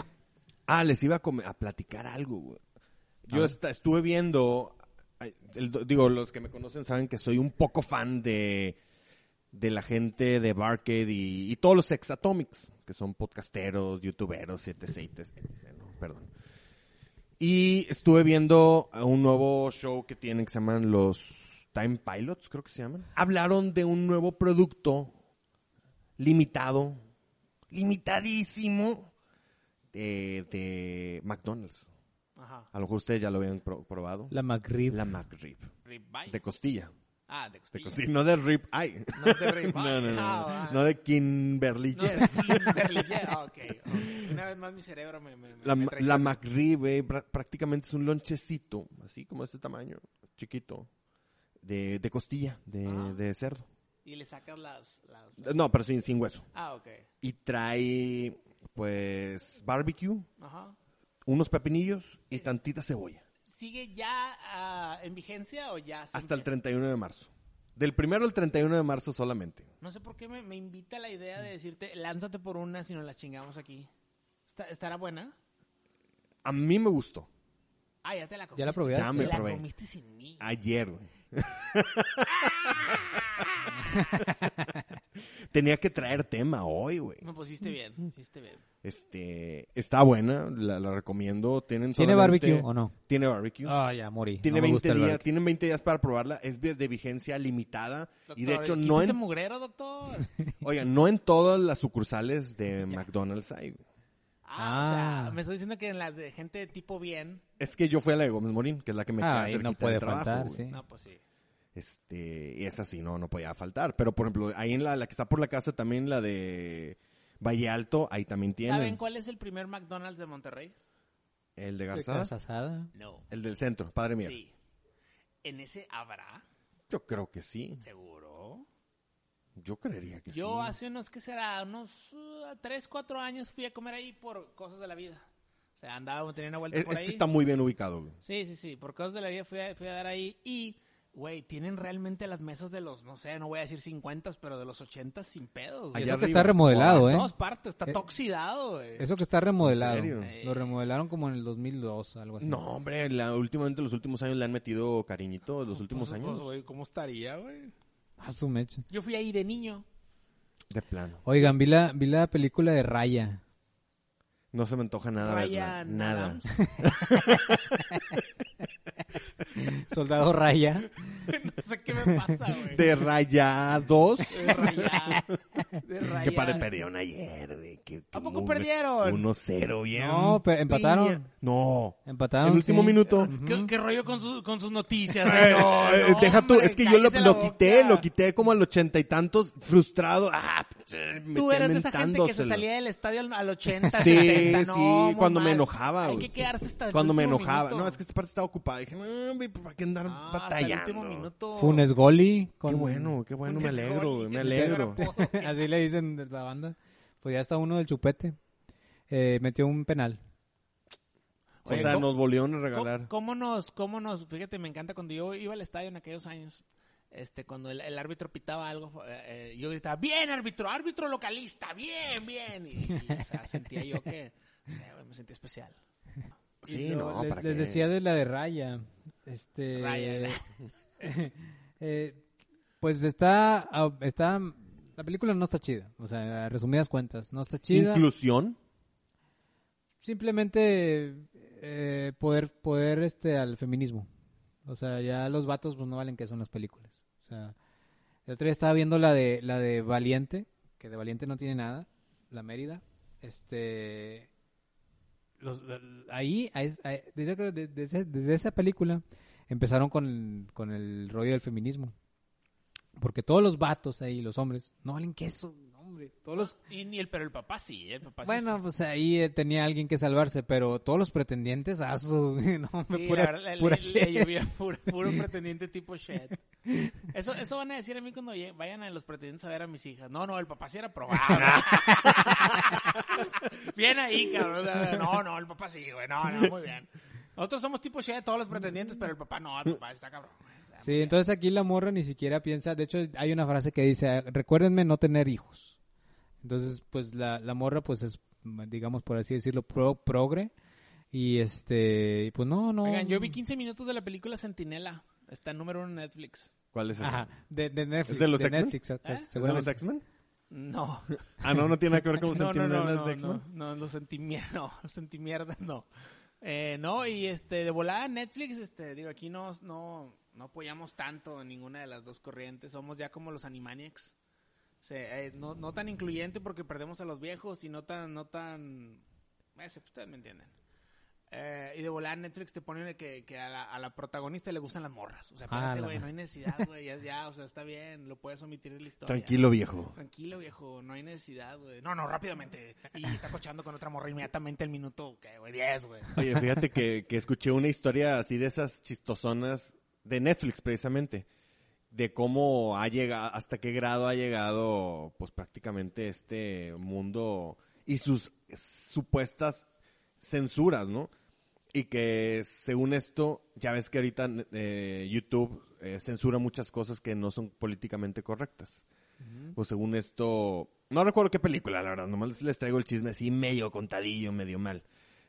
ah, les iba a, come- a platicar algo. güey. Yo esta- estuve viendo, ay, el do- digo, los que me conocen saben que soy un poco fan de, de la gente de Barcade y, y todos los Exatomics, que son podcasteros, youtuberos, etc. etc, etc, no, perdón. Y estuve viendo a un nuevo show que tienen que se llaman los Time Pilots, creo que se llaman. Hablaron de un nuevo producto limitado, limitadísimo, de, de McDonald's.
Ajá.
A lo mejor ustedes ya lo habían pro- probado.
La McRib.
La McRib.
Ribeye.
De costilla.
Ah, de
De
costilla.
costilla. No de rib eye.
No
(laughs)
de ribeye.
No, no, no.
Ah, va.
No de Kimberly
No,
Jess.
Kimberly, yeah, ah, ok, ok. Una vez más mi cerebro me, me, me-
La,
me
ma- la
traiciona.
McRib, güey, pra- prácticamente es un lonchecito, así como de este tamaño, chiquito, de, de costilla, de,
Ah.
de cerdo.
Y le sacas las, las-
No, pero sin, sin hueso.
Ah, ok.
Y trae, pues, barbecue,
Ajá.
unos pepinillos y tantita cebolla.
¿Sigue ya ah, en vigencia o ya? se
Hasta el
empieza?
31 de marzo. Del primero al 31 de marzo solamente.
No sé por qué me, me invita la idea
Mm.
de decirte, lánzate por una si no la chingamos aquí. ¿Está- ¿Estará buena?
A mí me gustó.
Ah, ya te la comiste.
Ya la probé.
Ya me
Te la
probé.
comiste sin mí.
Ayer. güey.
(laughs)
Tenía que traer tema hoy, güey.
Me pusiste bien, pusiste bien.
Este, está buena, la, la recomiendo. Tienen
¿Tiene
solamente-
barbecue o no?
Tiene barbecue.
Ah, ya morí.
tiene
No me
20
gusta el
días,
barbecue.
tienen 20 días para probarla. Es de, de vigencia limitada y de
Doctor,
hecho no
quítese
en, (laughs)
mugrero, doctor.
oiga, no en todas las sucursales de McDonald's hay. güey.
Ah, o
Ah.
sea, me estoy diciendo que en las de gente de tipo bien.
Es que yo fui a la de Gómez Morín, que es la que me queda
Ah, y
cerquita
no puede
del trabajo,
faltar,
güey.
sí.
No, pues sí.
Este, y esa sí no, no podía faltar. Pero por ejemplo, ahí en la, la que está por la casa también, la de Valle Alto, ahí también tienen.
¿Saben cuál es el primer McDonald's de Monterrey?
El de
¿Carne
Garzada.
asada?
No.
El del centro, padre mío.
Sí. ¿En ese habrá?
Yo creo que sí.
Seguro.
Yo creería que
Yo
Pues sí.
hace unos, ¿qué será? Unos 3, 4 años fui a comer ahí por cosas de la vida. O sea, andaba, tenía una vuelta
Es,
por
es
ahí.
que está muy bien ubicado, güey.
Sí, sí, sí, por cosas de la vida fui a, fui a dar ahí y, güey, tienen realmente las mesas de los, no sé, no voy a decir 50, pero de los 80 sin pedos. güey.
Y
Allá
eso que
arriba.
está remodelado,
Por
¿eh?
todas partes, está
Eh,
toxidado, Ah, güey.
Eso que está remodelado. ¿eh?
¿En
serio?
Lo remodelaron como en el 2002, algo así.
No, hombre, la- últimamente los últimos años le han metido cariñito, los últimos
Pues, pues,
años.
güey, ¿Cómo estaría, güey?
A su mecha.
Yo fui ahí de niño.
De plano.
Oigan, vi la, vi la película de
(laughs)
Raya.
No se me antoja nada. verla,
Ryan
nada.
Adams.
Soldado Raya.
no sé qué me pasa, güey.
De rayados.
De rayar. De
(laughs) que
rayar.
pare- perdieron ayer. güey, Que, que
¿A poco
uno-
perdieron?
1-0, bien.
No, pero empataron.
piña. No.
Empataron,
El último
sí.
minuto.
¿Qué, qué rollo con, sus- con sus noticias,
Eh,
señor?
eh,
No,
deja tú,
hombre,
es que yo lo,
cállese la
lo quité,
boca.
lo quité como al ochenta y tantos, frustrado. Ah,
Tú
me
eras de esa gente que se
mentándosela.
salía del estadio al- al 80,
Sí,
70, no,
sí,
muy
cuando me
mal.
enojaba.
Hay
güey.
que quedarse hasta el
Cuando me
último
enojaba.
minuto.
No, es que esta parte estaba ocupada. Dije, no, güey, ¿para qué andar
Ah, hasta el
batallando?
último minuto.
Funes Goli.
Qué
con-
bueno, qué bueno, me
Funes
alegro,
Goli,
güey,
que
me
se te
alegro.
agarró.
(laughs) Así le dicen de la banda. Pues ya está uno del chupete. Eh, metió un penal.
O sea, nos volvieron a regalar.
¿Cómo, cómo nos, cómo nos, fíjate, me encanta cuando yo iba al estadio en aquellos años, este, cuando el, el árbitro pitaba algo, eh, eh, yo gritaba, bien árbitro, árbitro localista, bien, bien. Y, y, o sea, sentía yo que, o sea, güey, me sentía especial.
Sí,
Y luego
no,
le-
para
Les
qué.
decía de la de Raya. Este,
Raya,
(laughs) eh, pues está, ah, está, la película no está chida. O sea, a resumidas cuentas, no está chida.
Inclusión.
Simplemente eh, poder, poder este, al feminismo. O sea, ya los vatos pues no valen que son las películas. O sea, el otro día estaba viendo la de, la de Valiente, que de Valiente no tiene nada, la Mérida. Este, los- la- ahí, ahí- ahí- yo creo que de- desde, desde esa película empezaron con el, con el rollo del feminismo. Porque todos los vatos ahí, los hombres, no valen queso, hombre. Todos los,
Y ni el, pero el papá sí, el papá sí.
bueno, pues ahí eh, tenía alguien que salvarse, pero todos los pretendientes a su (laughs) no, hombre,
Sí,
pura,
la verdad, le-
pura
le-
shit.
le llovía (laughs) puro, puro pretendiente tipo shit. Eso, eso van a decir a mí cuando llegue- vayan a los pretendientes a ver a mis hijas. No, no, el papá sí era probado. (laughs) bien ahí, cabrón. No, no, el papá sí, güey. No, no, muy bien. Nosotros somos tipo shit, todos los pretendientes, pero el papá no, el papá está cabrón.
(laughs) Sí, entonces aquí la morra ni siquiera piensa, de hecho hay una frase que dice, recuérdenme no tener hijos. Entonces, pues la, la morra pues es, digamos por así decirlo, pro, progre y este, y, pues no, no.
Oigan, yo vi 15 minutos de la película Sentinela. Está en número uno en Netflix.
¿Cuál es ese?
Ajá, de, de Netflix.
¿Es de los X-Men?
Netflix,
¿Eh?
ah, pues,
¿Es de los
seguramente.
X-Men?
No.
Ah, no, no tiene nada que ver con los
(laughs) no, no, no,
sentinelas
no,
de X-Men.
No, no, los sentimierdas, (laughs) no, los sentimierdas no. Eh, no, y este, de volada Netflix, este, digo, aquí no, no, no apoyamos tanto en ninguna de las dos corrientes, somos ya como los Animaniacs. O sea, eh, no, no tan incluyente porque perdemos a los viejos y no tan, no tan, eh, sí, ustedes me entienden. Eh, y de volada Netflix te ponen que, que a, la, a la protagonista le gustan las morras. O sea,
Ah,
espérate,
la
güey,
ma-
no hay necesidad, güey, ya, ya, o sea, está bien, lo puedes omitir de la historia.
Tranquilo, viejo.
Tranquilo, viejo, no hay necesidad, güey. No, no, rápidamente. Y está cochando con otra morra inmediatamente el minuto, ¿qué, güey? 10, güey.
Oye, fíjate que, que escuché una historia así de esas chistosonas de Netflix precisamente, de cómo ha llegado, hasta qué grado ha llegado pues prácticamente este mundo y sus supuestas censuras, ¿no? Y que según esto, ya ves que ahorita eh, YouTube eh, censura muchas cosas que no son políticamente correctas. Pues según esto, no recuerdo qué película, la verdad, nomás les- les traigo el chisme así medio contadillo, medio mal.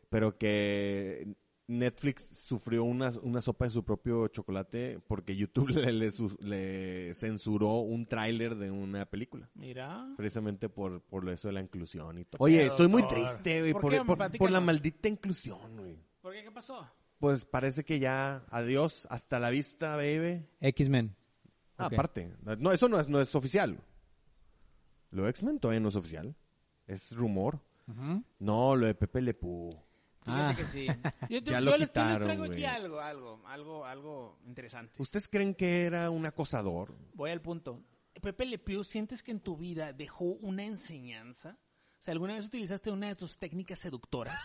Pero que Netflix sufrió una, una sopa de su propio chocolate porque YouTube (laughs) le, le su- le censuró un tráiler de una película.
Mira.
Precisamente por, por eso de la inclusión y todo.
Oye, Qué estoy muy doctor. triste, güey, ¿Por por- qué? por- por la Platícanos.
maldita inclusión, güey.
¿Por qué? ¿Qué pasó?
Pues parece que ya, adiós, hasta la vista, baby. (laughs)
X-Men.
Ah,
Ok.
Aparte, no, eso no es, no es oficial. Lo de X-Men todavía no es oficial. Es rumor.
Ujú.
No, lo de Pepe Le Pew.
Fíjate
Ah.
(laughs)
que sí. Yo, te-
Ya lo
yo les- yo les,
quitaron,
traigo aquí
güey.
algo, algo, algo, algo interesante.
¿Ustedes creen que era un acosador?
Voy al punto. Pepe Le Pew, ¿sientes que en tu vida dejó una enseñanza? O sea, ¿alguna vez utilizaste una de tus técnicas
(laughs)
seductoras?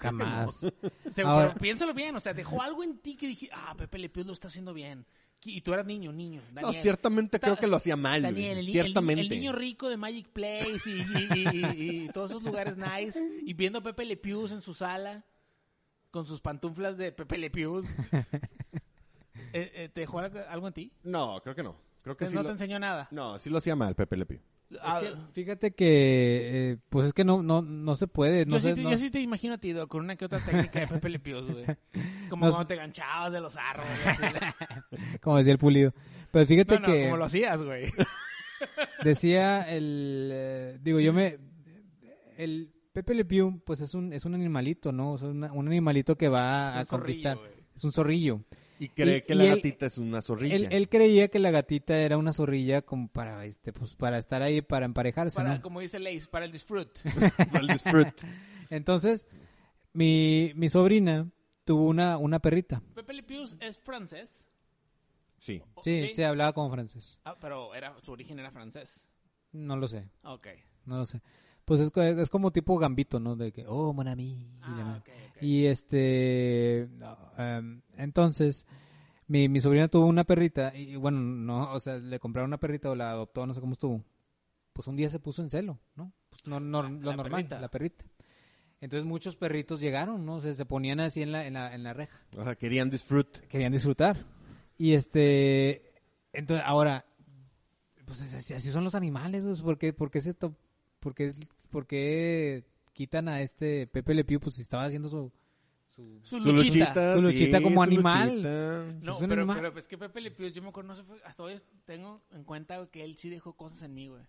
Jamás.
O sea,
Ahora-
pero piénsalo bien, o sea, dejó algo en ti que dije, ah, Pepe Le Pew lo está haciendo bien. Y tú eras niño, niño. Daniel.
no, ciertamente
Ta-
creo que lo hacía mal. güey.
Daniel, el, ni-
ciertamente.
el ni- el niño rico de Magic Place y, y- y- y- y todos esos lugares nice. Y viendo a Pepe Le Pew en su sala con sus pantuflas de Pepe Le
(laughs)
Pew. Eh, eh, ¿Te dejó algo algo en ti?
No, creo que no. Creo que
Que
Pues
sí
no
lo-
te enseñó nada.
No, sí lo hacía mal Pepe Le Pew.
Ah,
Es que, fíjate que, eh, pues es que no, no, no se puede. No
yo,
sé,
sí, te-
no-
yo sí te imagino a ti Doc, con una que otra técnica de Pepe Le Pew,
(laughs)
güey. Como
No
cuando
sé.
te ganchabas de los árboles.
(laughs) como decía el pulido. Pero
(laughs)
fíjate
No, no,
que...
como lo hacías,
(laughs)
güey.
Decía el. eh, digo, yo me. El Pepe Le Pew, pues es un, es un animalito, ¿no? O sea, una- un animalito que va
Es un
a conquistar.
zorrillo, güey.
es un zorrillo.
Y cree
Y-
que
y
la
él-
gatita es una zorrilla. (laughs)
Él, él creía que la gatita era una zorrilla como para este pues para estar ahí para emparejarse,
Para,
¿no?
Como dice Lace, para el disfrute.
Fue el disfrute.
Entonces, mi, mi sobrina tuvo una, una perrita.
Pepe Le Pews es francés.
Sí.
¿o-
Sí,
Oh, sí?
sí, hablaba como francés.
Ah, pero era, su origen era francés.
No lo sé,
Ok.
no lo sé. Pues es, co- es como tipo gambito, ¿no? De que, oh, mon ami", y la
Ah,
madre.
ok, ok.
Y este. no, em, entonces, mi, mi sobrina tuvo una perrita. Y bueno, no, o sea, le compraron una perrita o la adoptó, no sé cómo estuvo. Pues un día se puso en celo, ¿no? Pues no, no- lo
Ah, la
normal,
perrita.
la perrita. Entonces muchos perritos llegaron, ¿no? O sea, se ponían así en la, en la, en la reja.
O sea, querían disfrute.
Querían disfrutar. Y este. Entonces, ahora. Pues es- así, así son los animales, pues, ¿por qué, por qué se to- por qué- por qué quitan a este Pepe Le Pew? Pues si estaba haciendo su, su
Su
Su
luchita.
Su luchita como
su
animal.
luchita.
Sí,
No,
es un
pero,
animal.
pero es que Pepe Le Pew, yo me acuerdo, no sé, fue- hasta hoy tengo en cuenta güey, que él sí dejó cosas en mí, güey.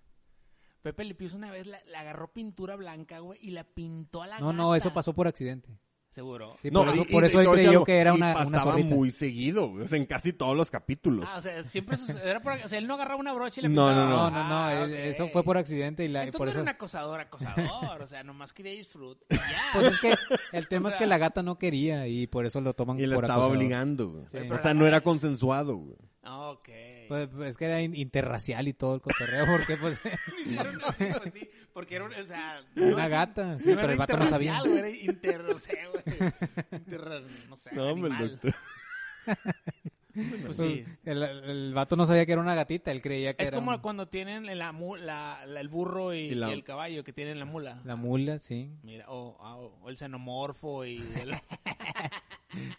Pepe Le Pew una vez la- le agarró pintura blanca, güey, y la pintó a la
No, no,
gata.
eso pasó por accidente.
Seguro.
Sí,
No,
por eso,
y-
por
y-
eso
y
él
te voy a decir
creyó
algo,
que era
y
una, una
pasaba
zorrita.
muy seguido, o sea, en casi todos los capítulos.
Ah, o sea, siempre suce- era por- o sea, él no agarraba una brocha y la
No, no,
pintaba.
No, no, no,
Ah,
eh,
ok.
eso fue por accidente y la, y
Entonces
por
no
eso...
era un acosador, acosador, o sea, nomás quería disfrutar. y ya.
(laughs) Pues
(laughs)
es que el tema
O
es
sea-
que la gata no quería y por eso lo toman
y la
por
estaba
acosador.
obligando, güey.
Sí.
O sea, no era consensuado, güey.
Ah, Ok.
Pues, pues, es que era in- interracial y todo el cotorreo, (laughs) porque pues...
(laughs) Era una- pues sí, porque era un, o sea,
Una
es-
gata, sí,
no
pero
era
el vato no sabía.
interracial, güey, Era inter, no sé, güey.
(laughs)
Inter- no sé, animal. Pues sí.
Mm. El, el vato no sabía que era una gatita, él creía que
Es
era
como
un-
cuando tienen el, la mu- la- la- el burro y,
Y la-
y el caballo que tienen la mula.
la mula, sí,
Mira, o, ah, o- o el xenomorfo y
(laughs)
el-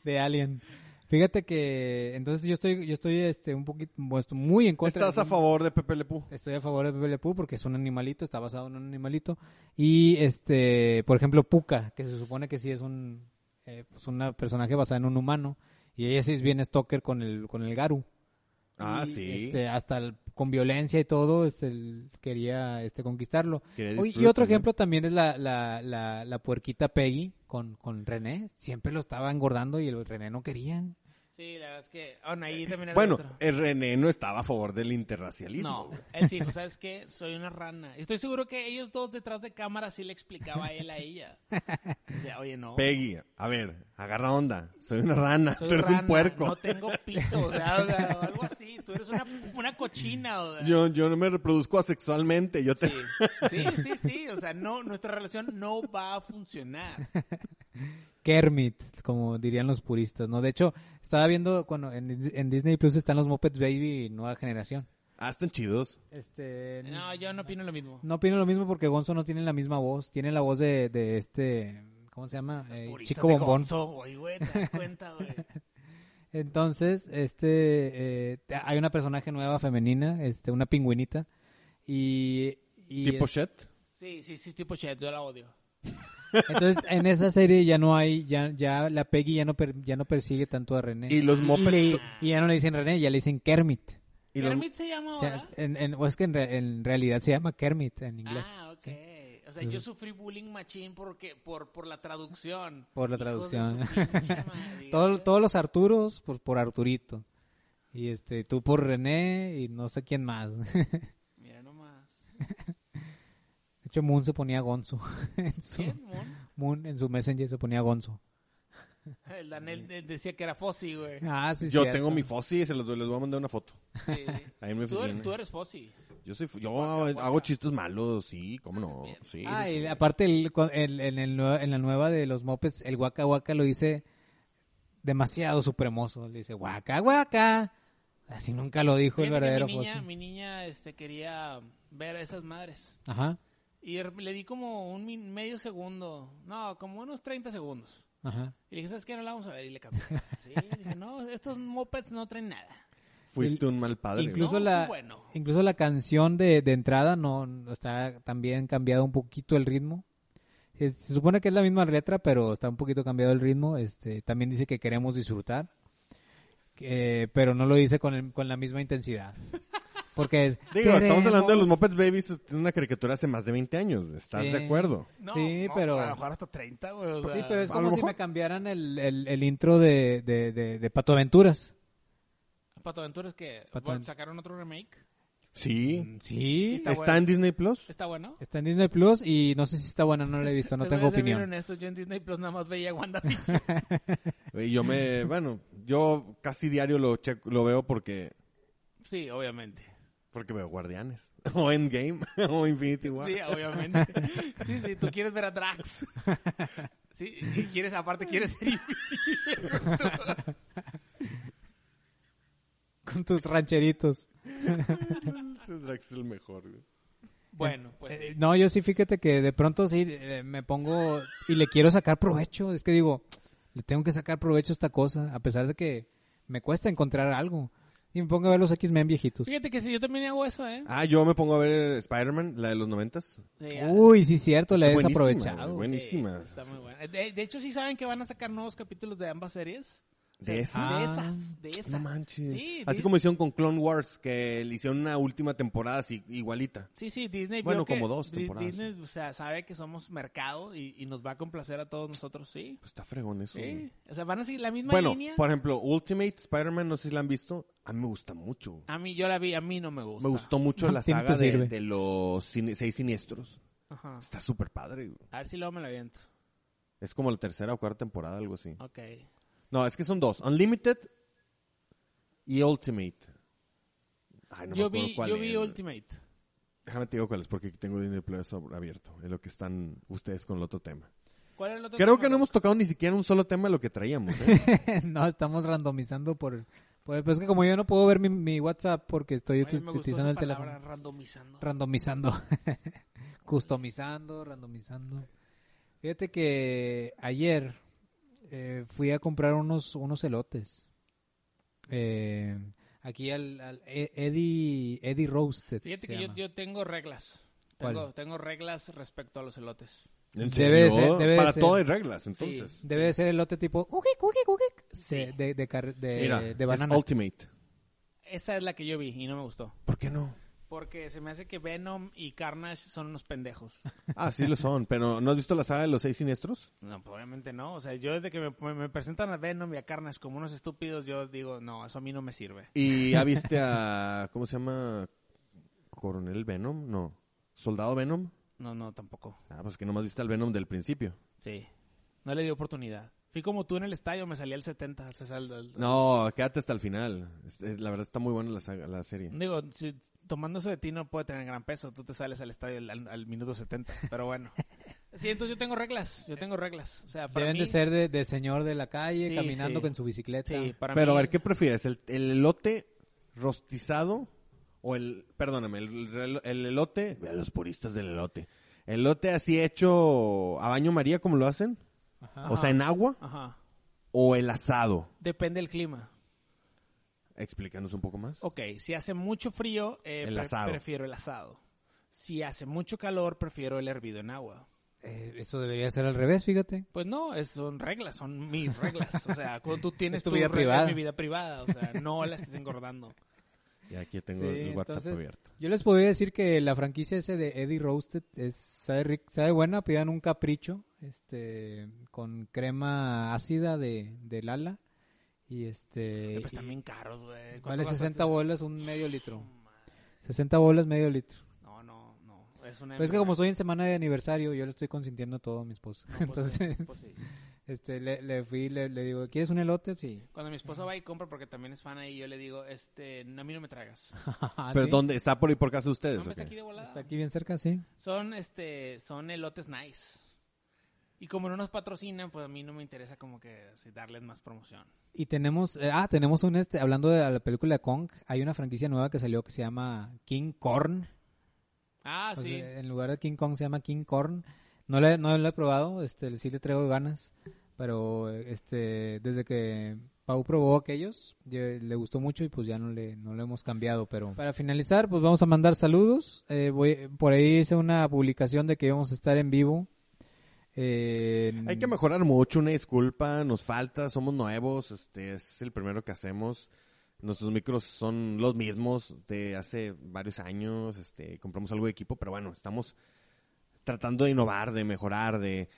de Alien. Fíjate que entonces yo estoy yo estoy este un poquito bueno, estoy muy en contra.
¿Estás a favor de Pepe Le Pew?
Estoy a favor de Pepe Le Pew porque es un animalito, está basado en un animalito. Y, este, por ejemplo, Puka, que se supone que sí es un eh, pues una personaje basada en un humano. Y ella sí es bien stalker con el, con el Garu.
Ah,
Y,
sí.
este, hasta el- con violencia y todo, este, el- quería este, conquistarlo.
Quería
Oye, y
disfrute,
otro
¿no?
ejemplo también es la, la, la, la puerquita Peggy con, con René. Siempre lo estaba engordando y el René no quería.
Sí, la verdad es que. ah, no, ahí también era
Bueno,
otro.
el René no estaba a favor del interracialismo.
No,
güey.
él sí, no sabes qué, soy una rana. Estoy seguro que ellos dos detrás de cámara sí le explicaba a él
(laughs)
a ella. O sea, oye, no.
Peggy, a ver, agarra onda. Soy una rana, (laughs)
soy
tú eres
rana,
un puerco.
No tengo pito, o sea, o sea, o algo así. Tú eres una, una cochina, o sea.
(laughs) Yo, yo no me reproduzco asexualmente. Yo te...
Sí, sí, sí, sí, o sea, no, nuestra relación no va a funcionar.
Kermit, como dirían los puristas, ¿no? De hecho, estaba viendo cuando en, en Disney Plus están los Muppets Baby nueva generación.
Ah, están chidos.
Este,
No, yo no opino lo mismo.
no opino lo mismo porque Gonzo no tiene la misma voz. Tiene la voz de, de este, ¿cómo se llama? Eh,
Puristas
Chico
de
Bombón.
Gonzo, güey, güey, te das cuenta, güey.
Entonces, este, eh, te- hay una personaje nueva femenina, este, una pingüinita. Y, y
¿Tipo
es-
Shet?
Sí, sí, sí, tipo chat, yo la odio.
entonces en esa serie ya no hay, ya, ya la Peggy ya no, per- ya no persigue tanto a René.
Y los Muppets...
le- y ya no le dicen René, ya le dicen Kermit.
y los-
Kermit se llama
O sea,
ahora.
es- en, en- o es que en, re- en realidad se llama Kermit en inglés.
Ah, ok. O sea, yo sufrí bullying machín porque, por, por la traducción.
Por la
Hijos de
traducción. (laughs)
su pinche madre.
Todo- todos los Arturos pues, por, por Arturito. Y este, tú por René y no sé quién más. (laughs) De
Mira nomás.
hecho, Moon se ponía Gonzo. (laughs) En su,
¿Quién, Mon?
Moon en su Messenger se ponía Gonzo.
El Daniel de- decía que era Fossi,
(laughs)
güey.
Ah, sí,
Yo
cierto.
tengo mi Fossi y se los doy- les voy a mandar una foto.
Sí.
Ahí me
(laughs) Tú,
oficina.
eres- tú eres Fossi.
Yo, soy, yo hago chistes malos, sí, cómo no. Sí,
Ah,
sí,
y
sí.
aparte, el- con- el- en, el nue- en la nueva de los Mopeds, el Waka Waka lo dice demasiado supremoso. Le dice Waka Waka. Así nunca lo dijo
Fíjate
el
que
verdadero
mi niña,
Fossi.
mi niña este, quería ver a esas madres.
Ajá,
Y de rep- le di como un min- medio segundo. No, como unos 30 segundos.
ajá.
Y le dije, ¿sabes qué? No la vamos a ver. Y le cambié. Sí, dije, no, estos mopeds no traen nada.
Fuiste un mal padre. güey.
Incluso
No,
la
bueno.
incluso la canción de, de entrada no no está también cambiado un poquito el ritmo. Es- Se, supone que es la misma letra, pero está un poquito cambiado el ritmo. Este también dice que queremos disfrutar, que- pero no lo dice con, el- con la misma intensidad. (laughs) Porque es...
Digo, estamos hablando de los
"Queremos".
Muppets Babies, es una caricatura hace más de 20 años, ¿estás
Sí.
de acuerdo?
No,
Sí,
no,
pero-
A lo mejor hasta 30, güey. o
Sí,
sea,
pero es
a
como
lo
si
mejor-
me cambiaran el, el, el intro de, de, de, de Pato Aventuras.
Pato Aventuras que
Pato
bueno,
Aven-
sacaron otro remake.
Sí.
Sí.
Mm, Está
¿Está,
bueno.
en Disney Plus?
Está bueno.
Está en Disney Plus y no sé si está buena, no la he visto, no
(laughs) Te voy
tengo
a ser bien
opinión.
honesto, yo en Disney Plus nada más veía
(laughs)
WandaVision.
Y yo (laughs) me, bueno, yo casi diario lo checo- lo veo porque
sí, obviamente.
porque veo Guardianes (laughs) o Endgame o Infinity War.
Sí, obviamente. Sí, sí, tú quieres ver a Drax. Sí, y quieres, aparte,
(laughs)
quieres ser invisible.
Con tus rancheritos.
Ese Drax es el mejor. güey.
Bueno, pues.
Eh, no, yo sí, fíjate que de pronto sí eh, me pongo y le quiero sacar provecho. Es que digo, le tengo que sacar provecho a esta cosa, a pesar de que me cuesta encontrar algo. Y me pongo a ver los X-Men viejitos.
Fíjate que sí, yo también hago eso, ¿eh?
Ah, yo me pongo a ver Spider-Man, la de los noventas.
Sí, ya.
Uy, sí, cierto, la he
Buenísima, ¿eh? güey,
desaprovechado.
Sí,
Buenísima.
está muy buena. De, de hecho, sí saben que van a sacar nuevos capítulos de ambas series.
De esa.
Ah.
De esas, de esas.
No manches.
Sí,
Así
Di-
como hicieron con Clone Wars, que le hicieron una última temporada así, igualita.
Sí, sí, Disney.
Bueno,
vio que
como dos
Di-
temporadas.
Disney, o sea, sabe que somos mercado y, y nos va a complacer a todos nosotros, sí.
Pues está fregón eso. güey.
Sí. O sea, van a seguir la misma
Bueno,
línea.
por ejemplo, Ultimate Spider-Man, no sé si la han visto, a mí me gusta mucho. güey.
A mí, yo la vi, a mí no Ah, me gusta.
Me gustó mucho
No,
la
sí, no te
saga de,
sirve.
de los cine- seis siniestros.
Ajá.
Está súper padre. güey.
A ver si luego me la viento.
Es como la tercera o cuarta temporada, algo así.
Ok.
No, es que son dos. Unlimited y Ultimate. Ay, no me
yo
acuerdo
vi,
cuál
yo
es.
vi Ultimate.
Déjame te digo cuál es, porque tengo Disney Plus ab- abierto, en lo que están ustedes con el otro tema.
¿Cuál es el otro
Creo
tema,
que no
Doc?
hemos tocado ni siquiera un solo tema de lo que traíamos, ¿eh?
(laughs)
(laughs) no, estamos randomizando por... por pero es que como yo no puedo ver mi, mi WhatsApp porque estoy
Oye, me gustó
utilizando
esa
el
palabra,
teléfono.
randomizando.
randomizando, (laughs) customizando, randomizando. Fíjate que ayer eh, fui a comprar unos, unos elotes. Eh, aquí al, al E- Eddie, Eddie Roasted.
Fíjate
se
que yo,
llama.
yo tengo reglas.
¿Cuál?
Tengo, tengo reglas respecto a los elotes.
¿En serio?
Debe ser, debe
Para
ser.
todo hay reglas, entonces.
Debe de ser elote tipo cookie, cookie, cookie, de, de, de, car- de-
Mira,
de
es
banana.
Ultimate.
Esa es la que yo vi y no me gustó.
¿Por qué
(laughs)
no?
Porque se me hace que Venom y Carnage son unos
(laughs)
pendejos.
Ah, sí lo son, pero ¿no has visto la saga de los seis siniestros?
No, pues, obviamente no. O sea, yo desde que me, me- me presentan a Venom y a Carnage como unos estúpidos, yo digo, no, eso a mí no me sirve.
(laughs)
¿Y ya viste a... ¿Cómo se llama? ¿Coronel Venom? No. ¿Soldado Venom?
No, no, tampoco.
Ah, pues que nomás viste al Venom del principio.
Sí. No le di oportunidad. Fui como tú en el estadio, me salí al 70. se sal- al-
No, quédate hasta el final. Este, La verdad está muy buena la, saga- la serie.
Digo, si, tomando eso de ti no puede tener gran peso. Tú te sales al estadio al, al- al minuto 70. Pero bueno. (laughs) Sí, entonces yo tengo reglas. Yo tengo reglas. O sea, para
Deben
mí,
de ser de, de señor de la calle,
Sí,
caminando
sí.
con su bicicleta.
Sí, para
Pero
mí-
a ver, ¿qué prefieres? ¿El, el elote rostizado o el... Perdóname, el, relo- el elote... Ve a los puristas del elote. ¿El elote así hecho a baño María como lo hacen? O sea, en agua
Ajá.
o el asado.
Depende del clima.
Explícanos un poco más.
Ok, si hace mucho frío, eh,
El
pre-
asado.
prefiero el asado. Si hace mucho calor, prefiero el hervido en agua.
Eh, eso debería ser al revés, fíjate.
Pues no, es- son reglas, son mis reglas. O sea, cuando
(laughs)
tú tienes
Es tu vida
reglas,
privada.
mi vida privada. O sea, no la estés
(laughs)
engordando. Eh,
Y aquí tengo
Sí,
el WhatsApp
entonces,
abierto.
Yo les podría decir que la franquicia ese de Eddie Roasted es, sabe, ric- sabe buena, pidan un capricho este, con crema ácida de, de Lala y este...
Pues están
y
bien caros, güey. ¿Cuánto
vale
gastaste?
60 bolas un medio litro. 60 bolas medio litro.
No, no, no. Es una
Pero es que
enfermedad.
como estoy en semana de aniversario, yo le estoy consintiendo a todo a mi esposo.
No, pues sí,
Entonces,
pues sí.
este, le, le fui, le, le digo, ¿quieres un elote?
(laughs)
Sí.
Cuando mi esposa va y compra, porque también es fan ahí, yo le digo, este, no, a mí no me (laughs) tragas.
Ah,
¿Pero
¿sí?
dónde? ¿Está por ahí por casa de
No,
ustedes?
me
o qué?
está aquí de volada.
Está aquí bien cerca, sí.
Son, este, son elotes nice. Y como no nos patrocinan, pues a mí no me interesa como que así darles más promoción.
Y tenemos, eh, ah, tenemos un, este, hablando de la película de Kong, hay una franquicia nueva que salió que se llama King Korn.
Ah,
O
sí.
sea, en lugar de King Kong se llama King Korn. No la no la he probado, este, sí le traigo ganas, pero este, desde que Pau probó aquellos, ye- le gustó mucho y pues ya no le, no lo hemos cambiado, pero para finalizar, pues vamos a mandar saludos. Eh, voy, por ahí hice una publicación de que íbamos a estar en vivo. Eh,
Hay que mejorar mucho, una disculpa, nos falta, somos nuevos, este es el primero que hacemos. Nuestros micros son los mismos de hace varios años, este, compramos algo de equipo, pero bueno, estamos tratando de innovar, de mejorar, de,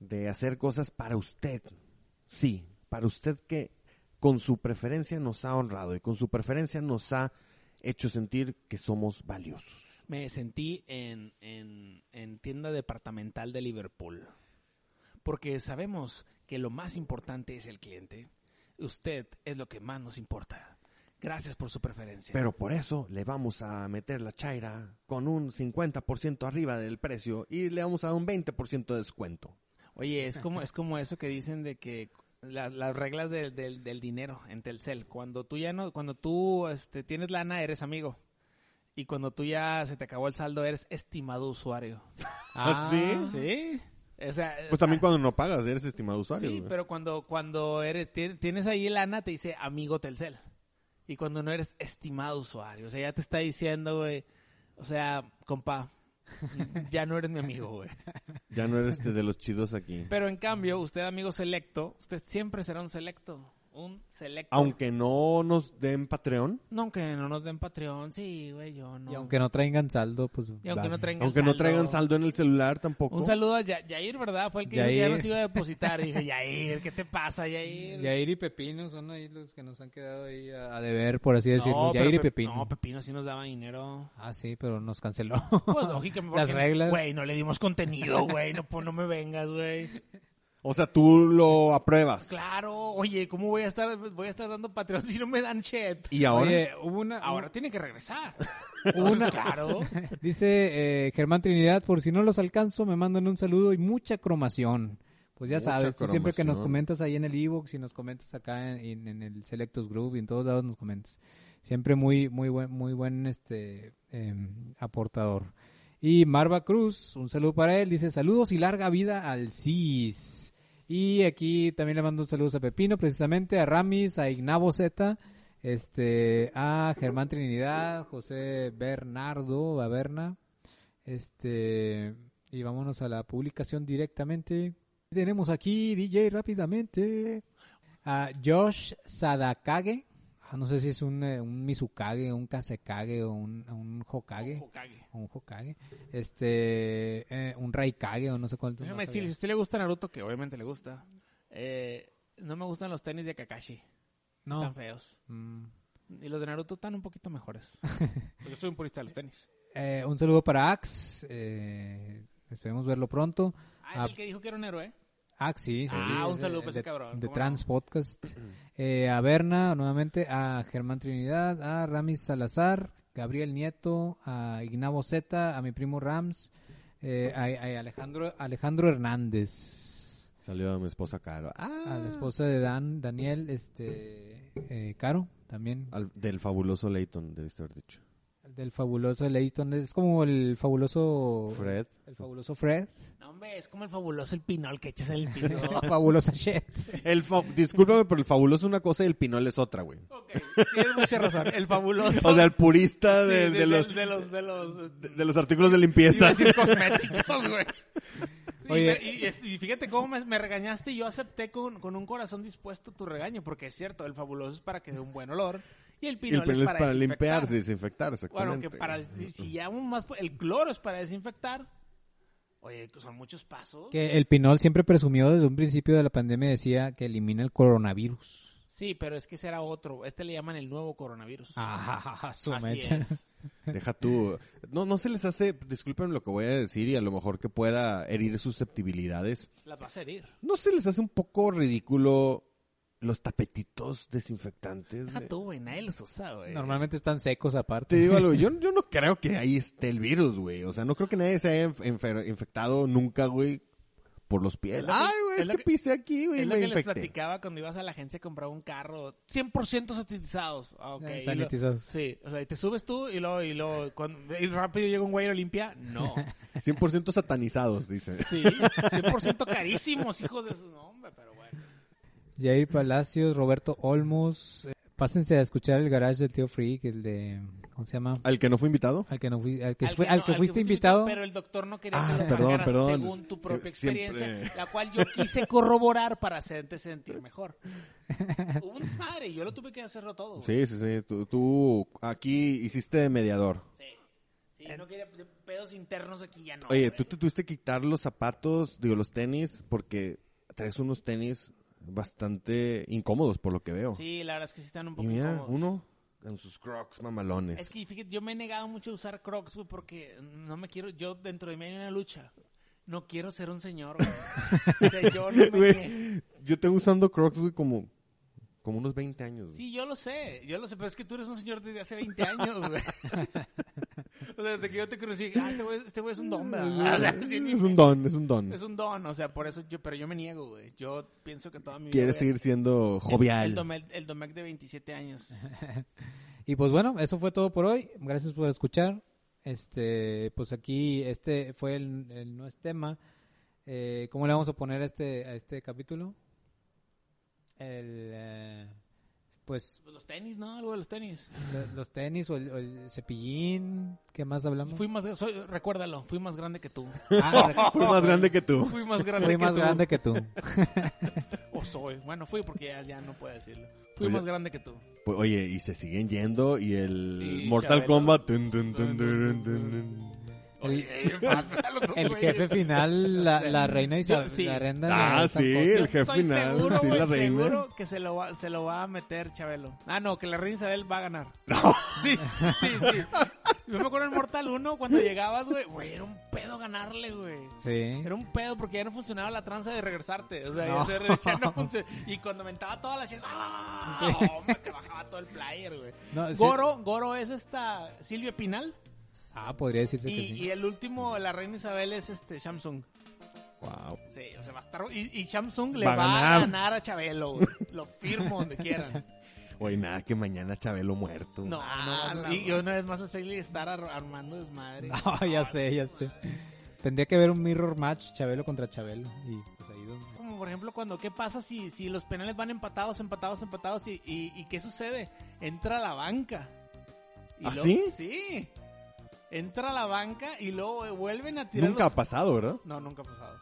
de hacer cosas para usted. Sí, para usted que con su preferencia nos ha honrado y con su preferencia nos ha hecho sentir que somos valiosos.
Me sentí en, en, en tienda departamental de Liverpool. Porque sabemos que lo más importante es el cliente. Usted es lo que más nos importa. Gracias por su preferencia.
Pero por eso le vamos a meter la chaira con un 50% arriba del precio y le vamos a dar un 20% de descuento.
Oye, es como, es como eso que dicen de que la- las reglas del- del- del dinero en Telcel. Cuando tú ya no, cuando tú este, tienes lana, eres amigo. Y cuando tú ya se te acabó el saldo, eres estimado usuario.
¿Ah, sí?
Sí. O sea,
Pues también cuando no pagas, eres estimado usuario.
Sí,
güey.
pero cuando, cuando eres, ti- tienes ahí lana, te dice amigo Telcel. Y cuando no eres estimado usuario, o sea, ya te está diciendo, güey, o sea, compa, ya no eres mi amigo, güey.
Ya no eres este de los chidos aquí.
Pero en cambio, usted, amigo selecto, usted siempre será un selecto. Un selecto.
Aunque no nos den Patreon,
No, aunque no nos den Patreon, sí, güey, yo no.
Y aunque no traigan saldo, pues.
Y aunque no traigan
aunque no traigan saldo en el celular tampoco.
Un saludo a Ya- Yair, ¿verdad? Fue el que dijo que ya
Yair.
nos iba a depositar. Y dije, Yair, ¿qué te pasa, Yair?
Yair y Pepino son ahí los que nos han quedado ahí a, a deber, por así
No,
decirlo.
pero
Yair y
Pep-
Pepino.
No, Pepino sí nos daba dinero.
Ah, sí, pero nos (laughs) canceló.
Pues lógicamente.
Las
porque,
reglas.
Güey, no le dimos contenido, güey. No, pues, no me vengas, güey.
O sea, tú lo apruebas.
Claro, oye, ¿cómo voy a estar, voy a estar dando Patreon si no me dan chat?
Y ahora,
Oye, hubo una.
Ahora tiene que regresar.
Una-
Claro.
(laughs) Dice eh, Germán Trinidad, por si no los alcanzo, me mandan un saludo y mucha cromación. Pues ya
Mucha
sabes, tú siempre que nos
cromación.
comentas ahí en el Evox y nos comentas acá en, en- en el Selectos Group y en todos lados nos comentas. Siempre muy, muy buen, muy buen este em, aportador. Y Marva Cruz, un saludo para él, dice saludos y larga vida al CIS. Y aquí también le mando un saludo a Pepino, precisamente, a Ramis, a Ignabo Z, este, a Germán Trinidad, José Bernardo, a Berna. Este, y vámonos a la publicación directamente. Tenemos aquí, DJ, rápidamente, a Josh Sadakage. Ah, No sé si es un, eh, un Mizukage, un Kasekage o un, un Hokage.
Hokage.
Un Hokage. Este, eh, un Raikage o no sé cuánto.
Déjame decirle, si a usted le gusta Naruto, que obviamente le gusta, eh, no me gustan los tenis de Kakashi. Están
No.
feos.
Mm.
Y los de Naruto están un poquito mejores. Porque soy un purista de los tenis.
Eh, un saludo para Ax. eh, esperemos verlo pronto.
Ah, es
Ah.
el que dijo que era un héroe.
Ax, sí, sí,
Ah,
sí,
un
es,
saludo
eh,
para ese
de-
cabrón,
De
¿cómo (clears throat)
Trans Podcast. Eh, a Berna, nuevamente. A Germán Trinidad. A Ramis Salazar. Gabriel Nieto. A Ignabo Zeta. A mi primo Rams. eh, a, a Alejandro, Alejandro Hernández.
salió a mi esposa Caro. Ah,
A la esposa de Dan, Daniel, este, eh, Caro, también.
al- del fabuloso Leighton, debiste haber dicho.
Del fabuloso Leighton. Es como el fabuloso.
Fred.
El fabuloso Fred. (laughs)
No, hombre, es como el fabuloso el pinol que echas en el piso.
fabulosa Shet.
El fa- Discúlpame, pero el fabuloso es una cosa y el pinol es otra, güey.
ok, tienes mucha razón. El fabuloso.
O sea, el purista
Sí,
de,
(laughs) de-
de los,
de los, de los,
de- de los artículos de
Iba a
limpieza.
decir cosméticos, güey. Y
Oye.
me- Y, es- y fíjate cómo me, me regañaste y yo acepté con, con un corazón dispuesto tu regaño, porque es cierto, el fabuloso es para que dé un buen olor y el
Y pues el
pinol,
pinol
es para, desinfectar.
limpiarse, desinfectar,
Bueno,
exactamente.
que para, si, si ya aún más, el cloro es para desinfectar. Oye, que son muchos pasos.
Que el Pinol siempre presumió desde un principio de la pandemia, decía que elimina el coronavirus.
Sí, pero es que ese era otro. Este le llaman el nuevo coronavirus.
Ah, su
Así
mecha. (laughs)
es.
Deja tú. No, no se les hace, disculpen lo que voy a decir y a lo mejor que pueda herir susceptibilidades.
Las vas a herir.
¿No se les hace un poco ridículo los tapetitos desinfectantes?
Deja
güey?
tú, güey, nadie los usa, güey.
Normalmente están secos
Te
aparte.
digo algo,
(laughs)
yo, yo no creo que ahí esté el virus, güey. O sea, no creo que nadie se haya inf- enfer- infectado nunca, güey, por los pies.
Es lo que-
Ay, güey,
es
es
lo
que
que-
pisé aquí, güey, y
Es lo
me
que les
infecté.
platicaba cuando ibas a la agencia a comprar un carro. 100% sanitizados. Ah, ok.
Eh,
Y lo-
sanitizados.
sí. O sea, y te subes tú y luego, y luego, cuando- y rápido llega un güey y lo limpia.
(laughs)
No.
100% satanizados,
(laughs)
dice.
Sí. 100% carísimos, hijos de su nombre, pero bueno.
Jair Palacios, Roberto Olmos, eh, Pásense a escuchar el garage del tío Freak, el de. ¿Cómo se llama?
¿Al que no fue invitado?
Al que, no fui- al que,
Al
fue-
no,
al que fuiste invitado.
Pero el doctor no quería
Ah,
que lo
perdón,
pagaras
perdón.
según tu propia
Sie- siempre.
experiencia, la cual yo quise corroborar para hacerte sentir
(laughs)
mejor. Hubo un desmadre y yo lo tuve que hacerlo todo.
Sí,
güey.
sí, sí. Tú, tú aquí hiciste de mediador.
Sí. Sí, yo no quería de- pedos internos aquí ya no.
Oye,
güey.
tú te tuviste que quitar los zapatos, digo, los tenis, porque traes unos tenis bastante incómodos, por lo que veo.
Sí, la verdad es que sí están un
y
poco
mira,
incómodos.
uno con sus crocs mamalones. (laughs)
Es que fíjate, yo me he negado mucho a usar Crocs, güey, porque no me quiero. Yo dentro de mí hay una lucha. No quiero ser un señor, güey. O sea, yo no me.
Güey, yo tengo usando crocs, güey, como, como unos 20 años. güey.
Sí, (laughs) yo lo sé, yo lo sé, pero es que tú eres un señor desde hace 20 años, güey. o sea, desde que yo te conocí, ah, este güey, este güey es un don, ¿verdad? O sea, sí,
es un don, es un don.
Es un don, o sea, por eso yo, pero yo me niego, güey. Yo pienso que toda mi vida.
Quieres
voy a-
seguir siendo
El,
jovial.
domec, el Domec de 27 años.
Y pues bueno, eso fue todo por hoy. Gracias por escuchar. Este, pues aquí este fue el, el no es tema. Eh, ¿Cómo le vamos a poner a este a este capítulo? El, eh, pues
Los tenis, ¿no? Algo de los tenis.
lo- los tenis o el, o el cepillín. ¿Qué más hablamos?
Fui más, soy- recuérdalo, fui más grande
(laughs)
que tú.
Ah,
Fui
(laughs)
más grande que tú.
Fui más grande
fui
que
más
tú.
grande que tú.
O soy. Bueno, fui porque ya, ya no puedo decirlo. Fui
Oye.
más grande que tú.
Pues, oye, y se siguen yendo y el
Sí,
Mortal
Chabelo.
Kombat. tun, tun, tun, tun, tun, tun.
Oye, (laughs)
El jefe final, la, la reina Isabel.
sí.
La reina
Ah,
Isabel
sí,
Zampot.
el jefe
estoy
final.
Seguro,
sí,
güey,
la reina.
seguro que se lo, va, se lo va a meter Chabelo. Ah, no, que la reina Isabel va
(laughs)
a ganar. Sí, sí, sí. Yo me acuerdo en Mortal 1 cuando llegabas, güey. Güey, era un pedo ganarle, güey.
Sí.
Era un pedo porque ya no funcionaba la tranza de regresarte. O sea,
No.
ya, se re- ya no funcionaba. Y cuando mentaba toda la chingada, ¡ah! Hombre, te bajaba todo el player, güey.
No, sí.
Goro, Goro es esta Silvia Pinal.
Ah, podría decirse que
Y,
sí.
y el último, la reina Isabel, es este Samsung.
Wow.
Sí, o sea, va a estar. Y, y Samsung le
Va
va,
a
a
ganar.
ganar a Chabelo, güey. Lo firmo
(laughs)
donde quieran.
Oye, nada, que mañana Chabelo muerto.
No,
Ah,
no, no. Y yo una vez más a Sally estar ar- armando
(laughs)
desmadre.
(laughs) Ah, ya sé, ya sé. Tendría que haber un mirror match Chabelo contra Chabelo. Y pues ahí donde...
Como por ejemplo, cuando, ¿qué pasa si, si los penales van empatados, empatados, empatados? ¿Y, y, y qué sucede? Entra la banca. Y
¿Ah,
luego-
sí?
Sí. Entra la banca y luego eh, vuelven a tirar.
Nunca
los-
ha pasado, ¿verdad?
No, nunca ha pasado.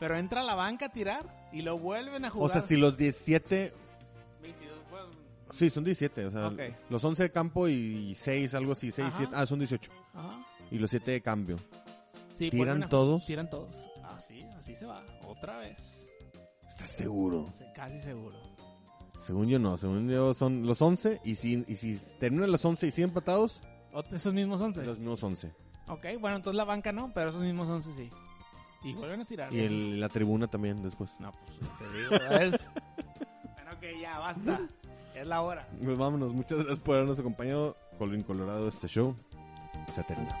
Pero entra la banca a tirar y lo vuelven a
O
jugar.
sea, si los 17.
22, bueno,
Sí, son 17. O sea,
Ok.
los 11 de campo y 6, algo así. 6,
Ajá.
7. Ah, son 18.
ajá.
Y los 7 de cambio.
Sí,
¿Tiran
vuelven a-
todos?
Tiran todos. Así, así se va. Otra vez.
¿Estás seguro?
Se- Casi seguro.
Según yo no. Según yo son los 11. Y si, y si terminan los 11 y siguen empatados,
Ot- Esos mismos 11.
los mismos 11.
Ok, bueno, entonces la banca no, pero esos mismos 11 sí. Y vuelven a tirar.
Y el- la tribuna también después.
No, pues te digo, ¿ves? (laughs) bueno, que ya, basta. Es la hora.
Pues vámonos. Muchas gracias por habernos acompañado. Colín Colorado, este show pues se termina.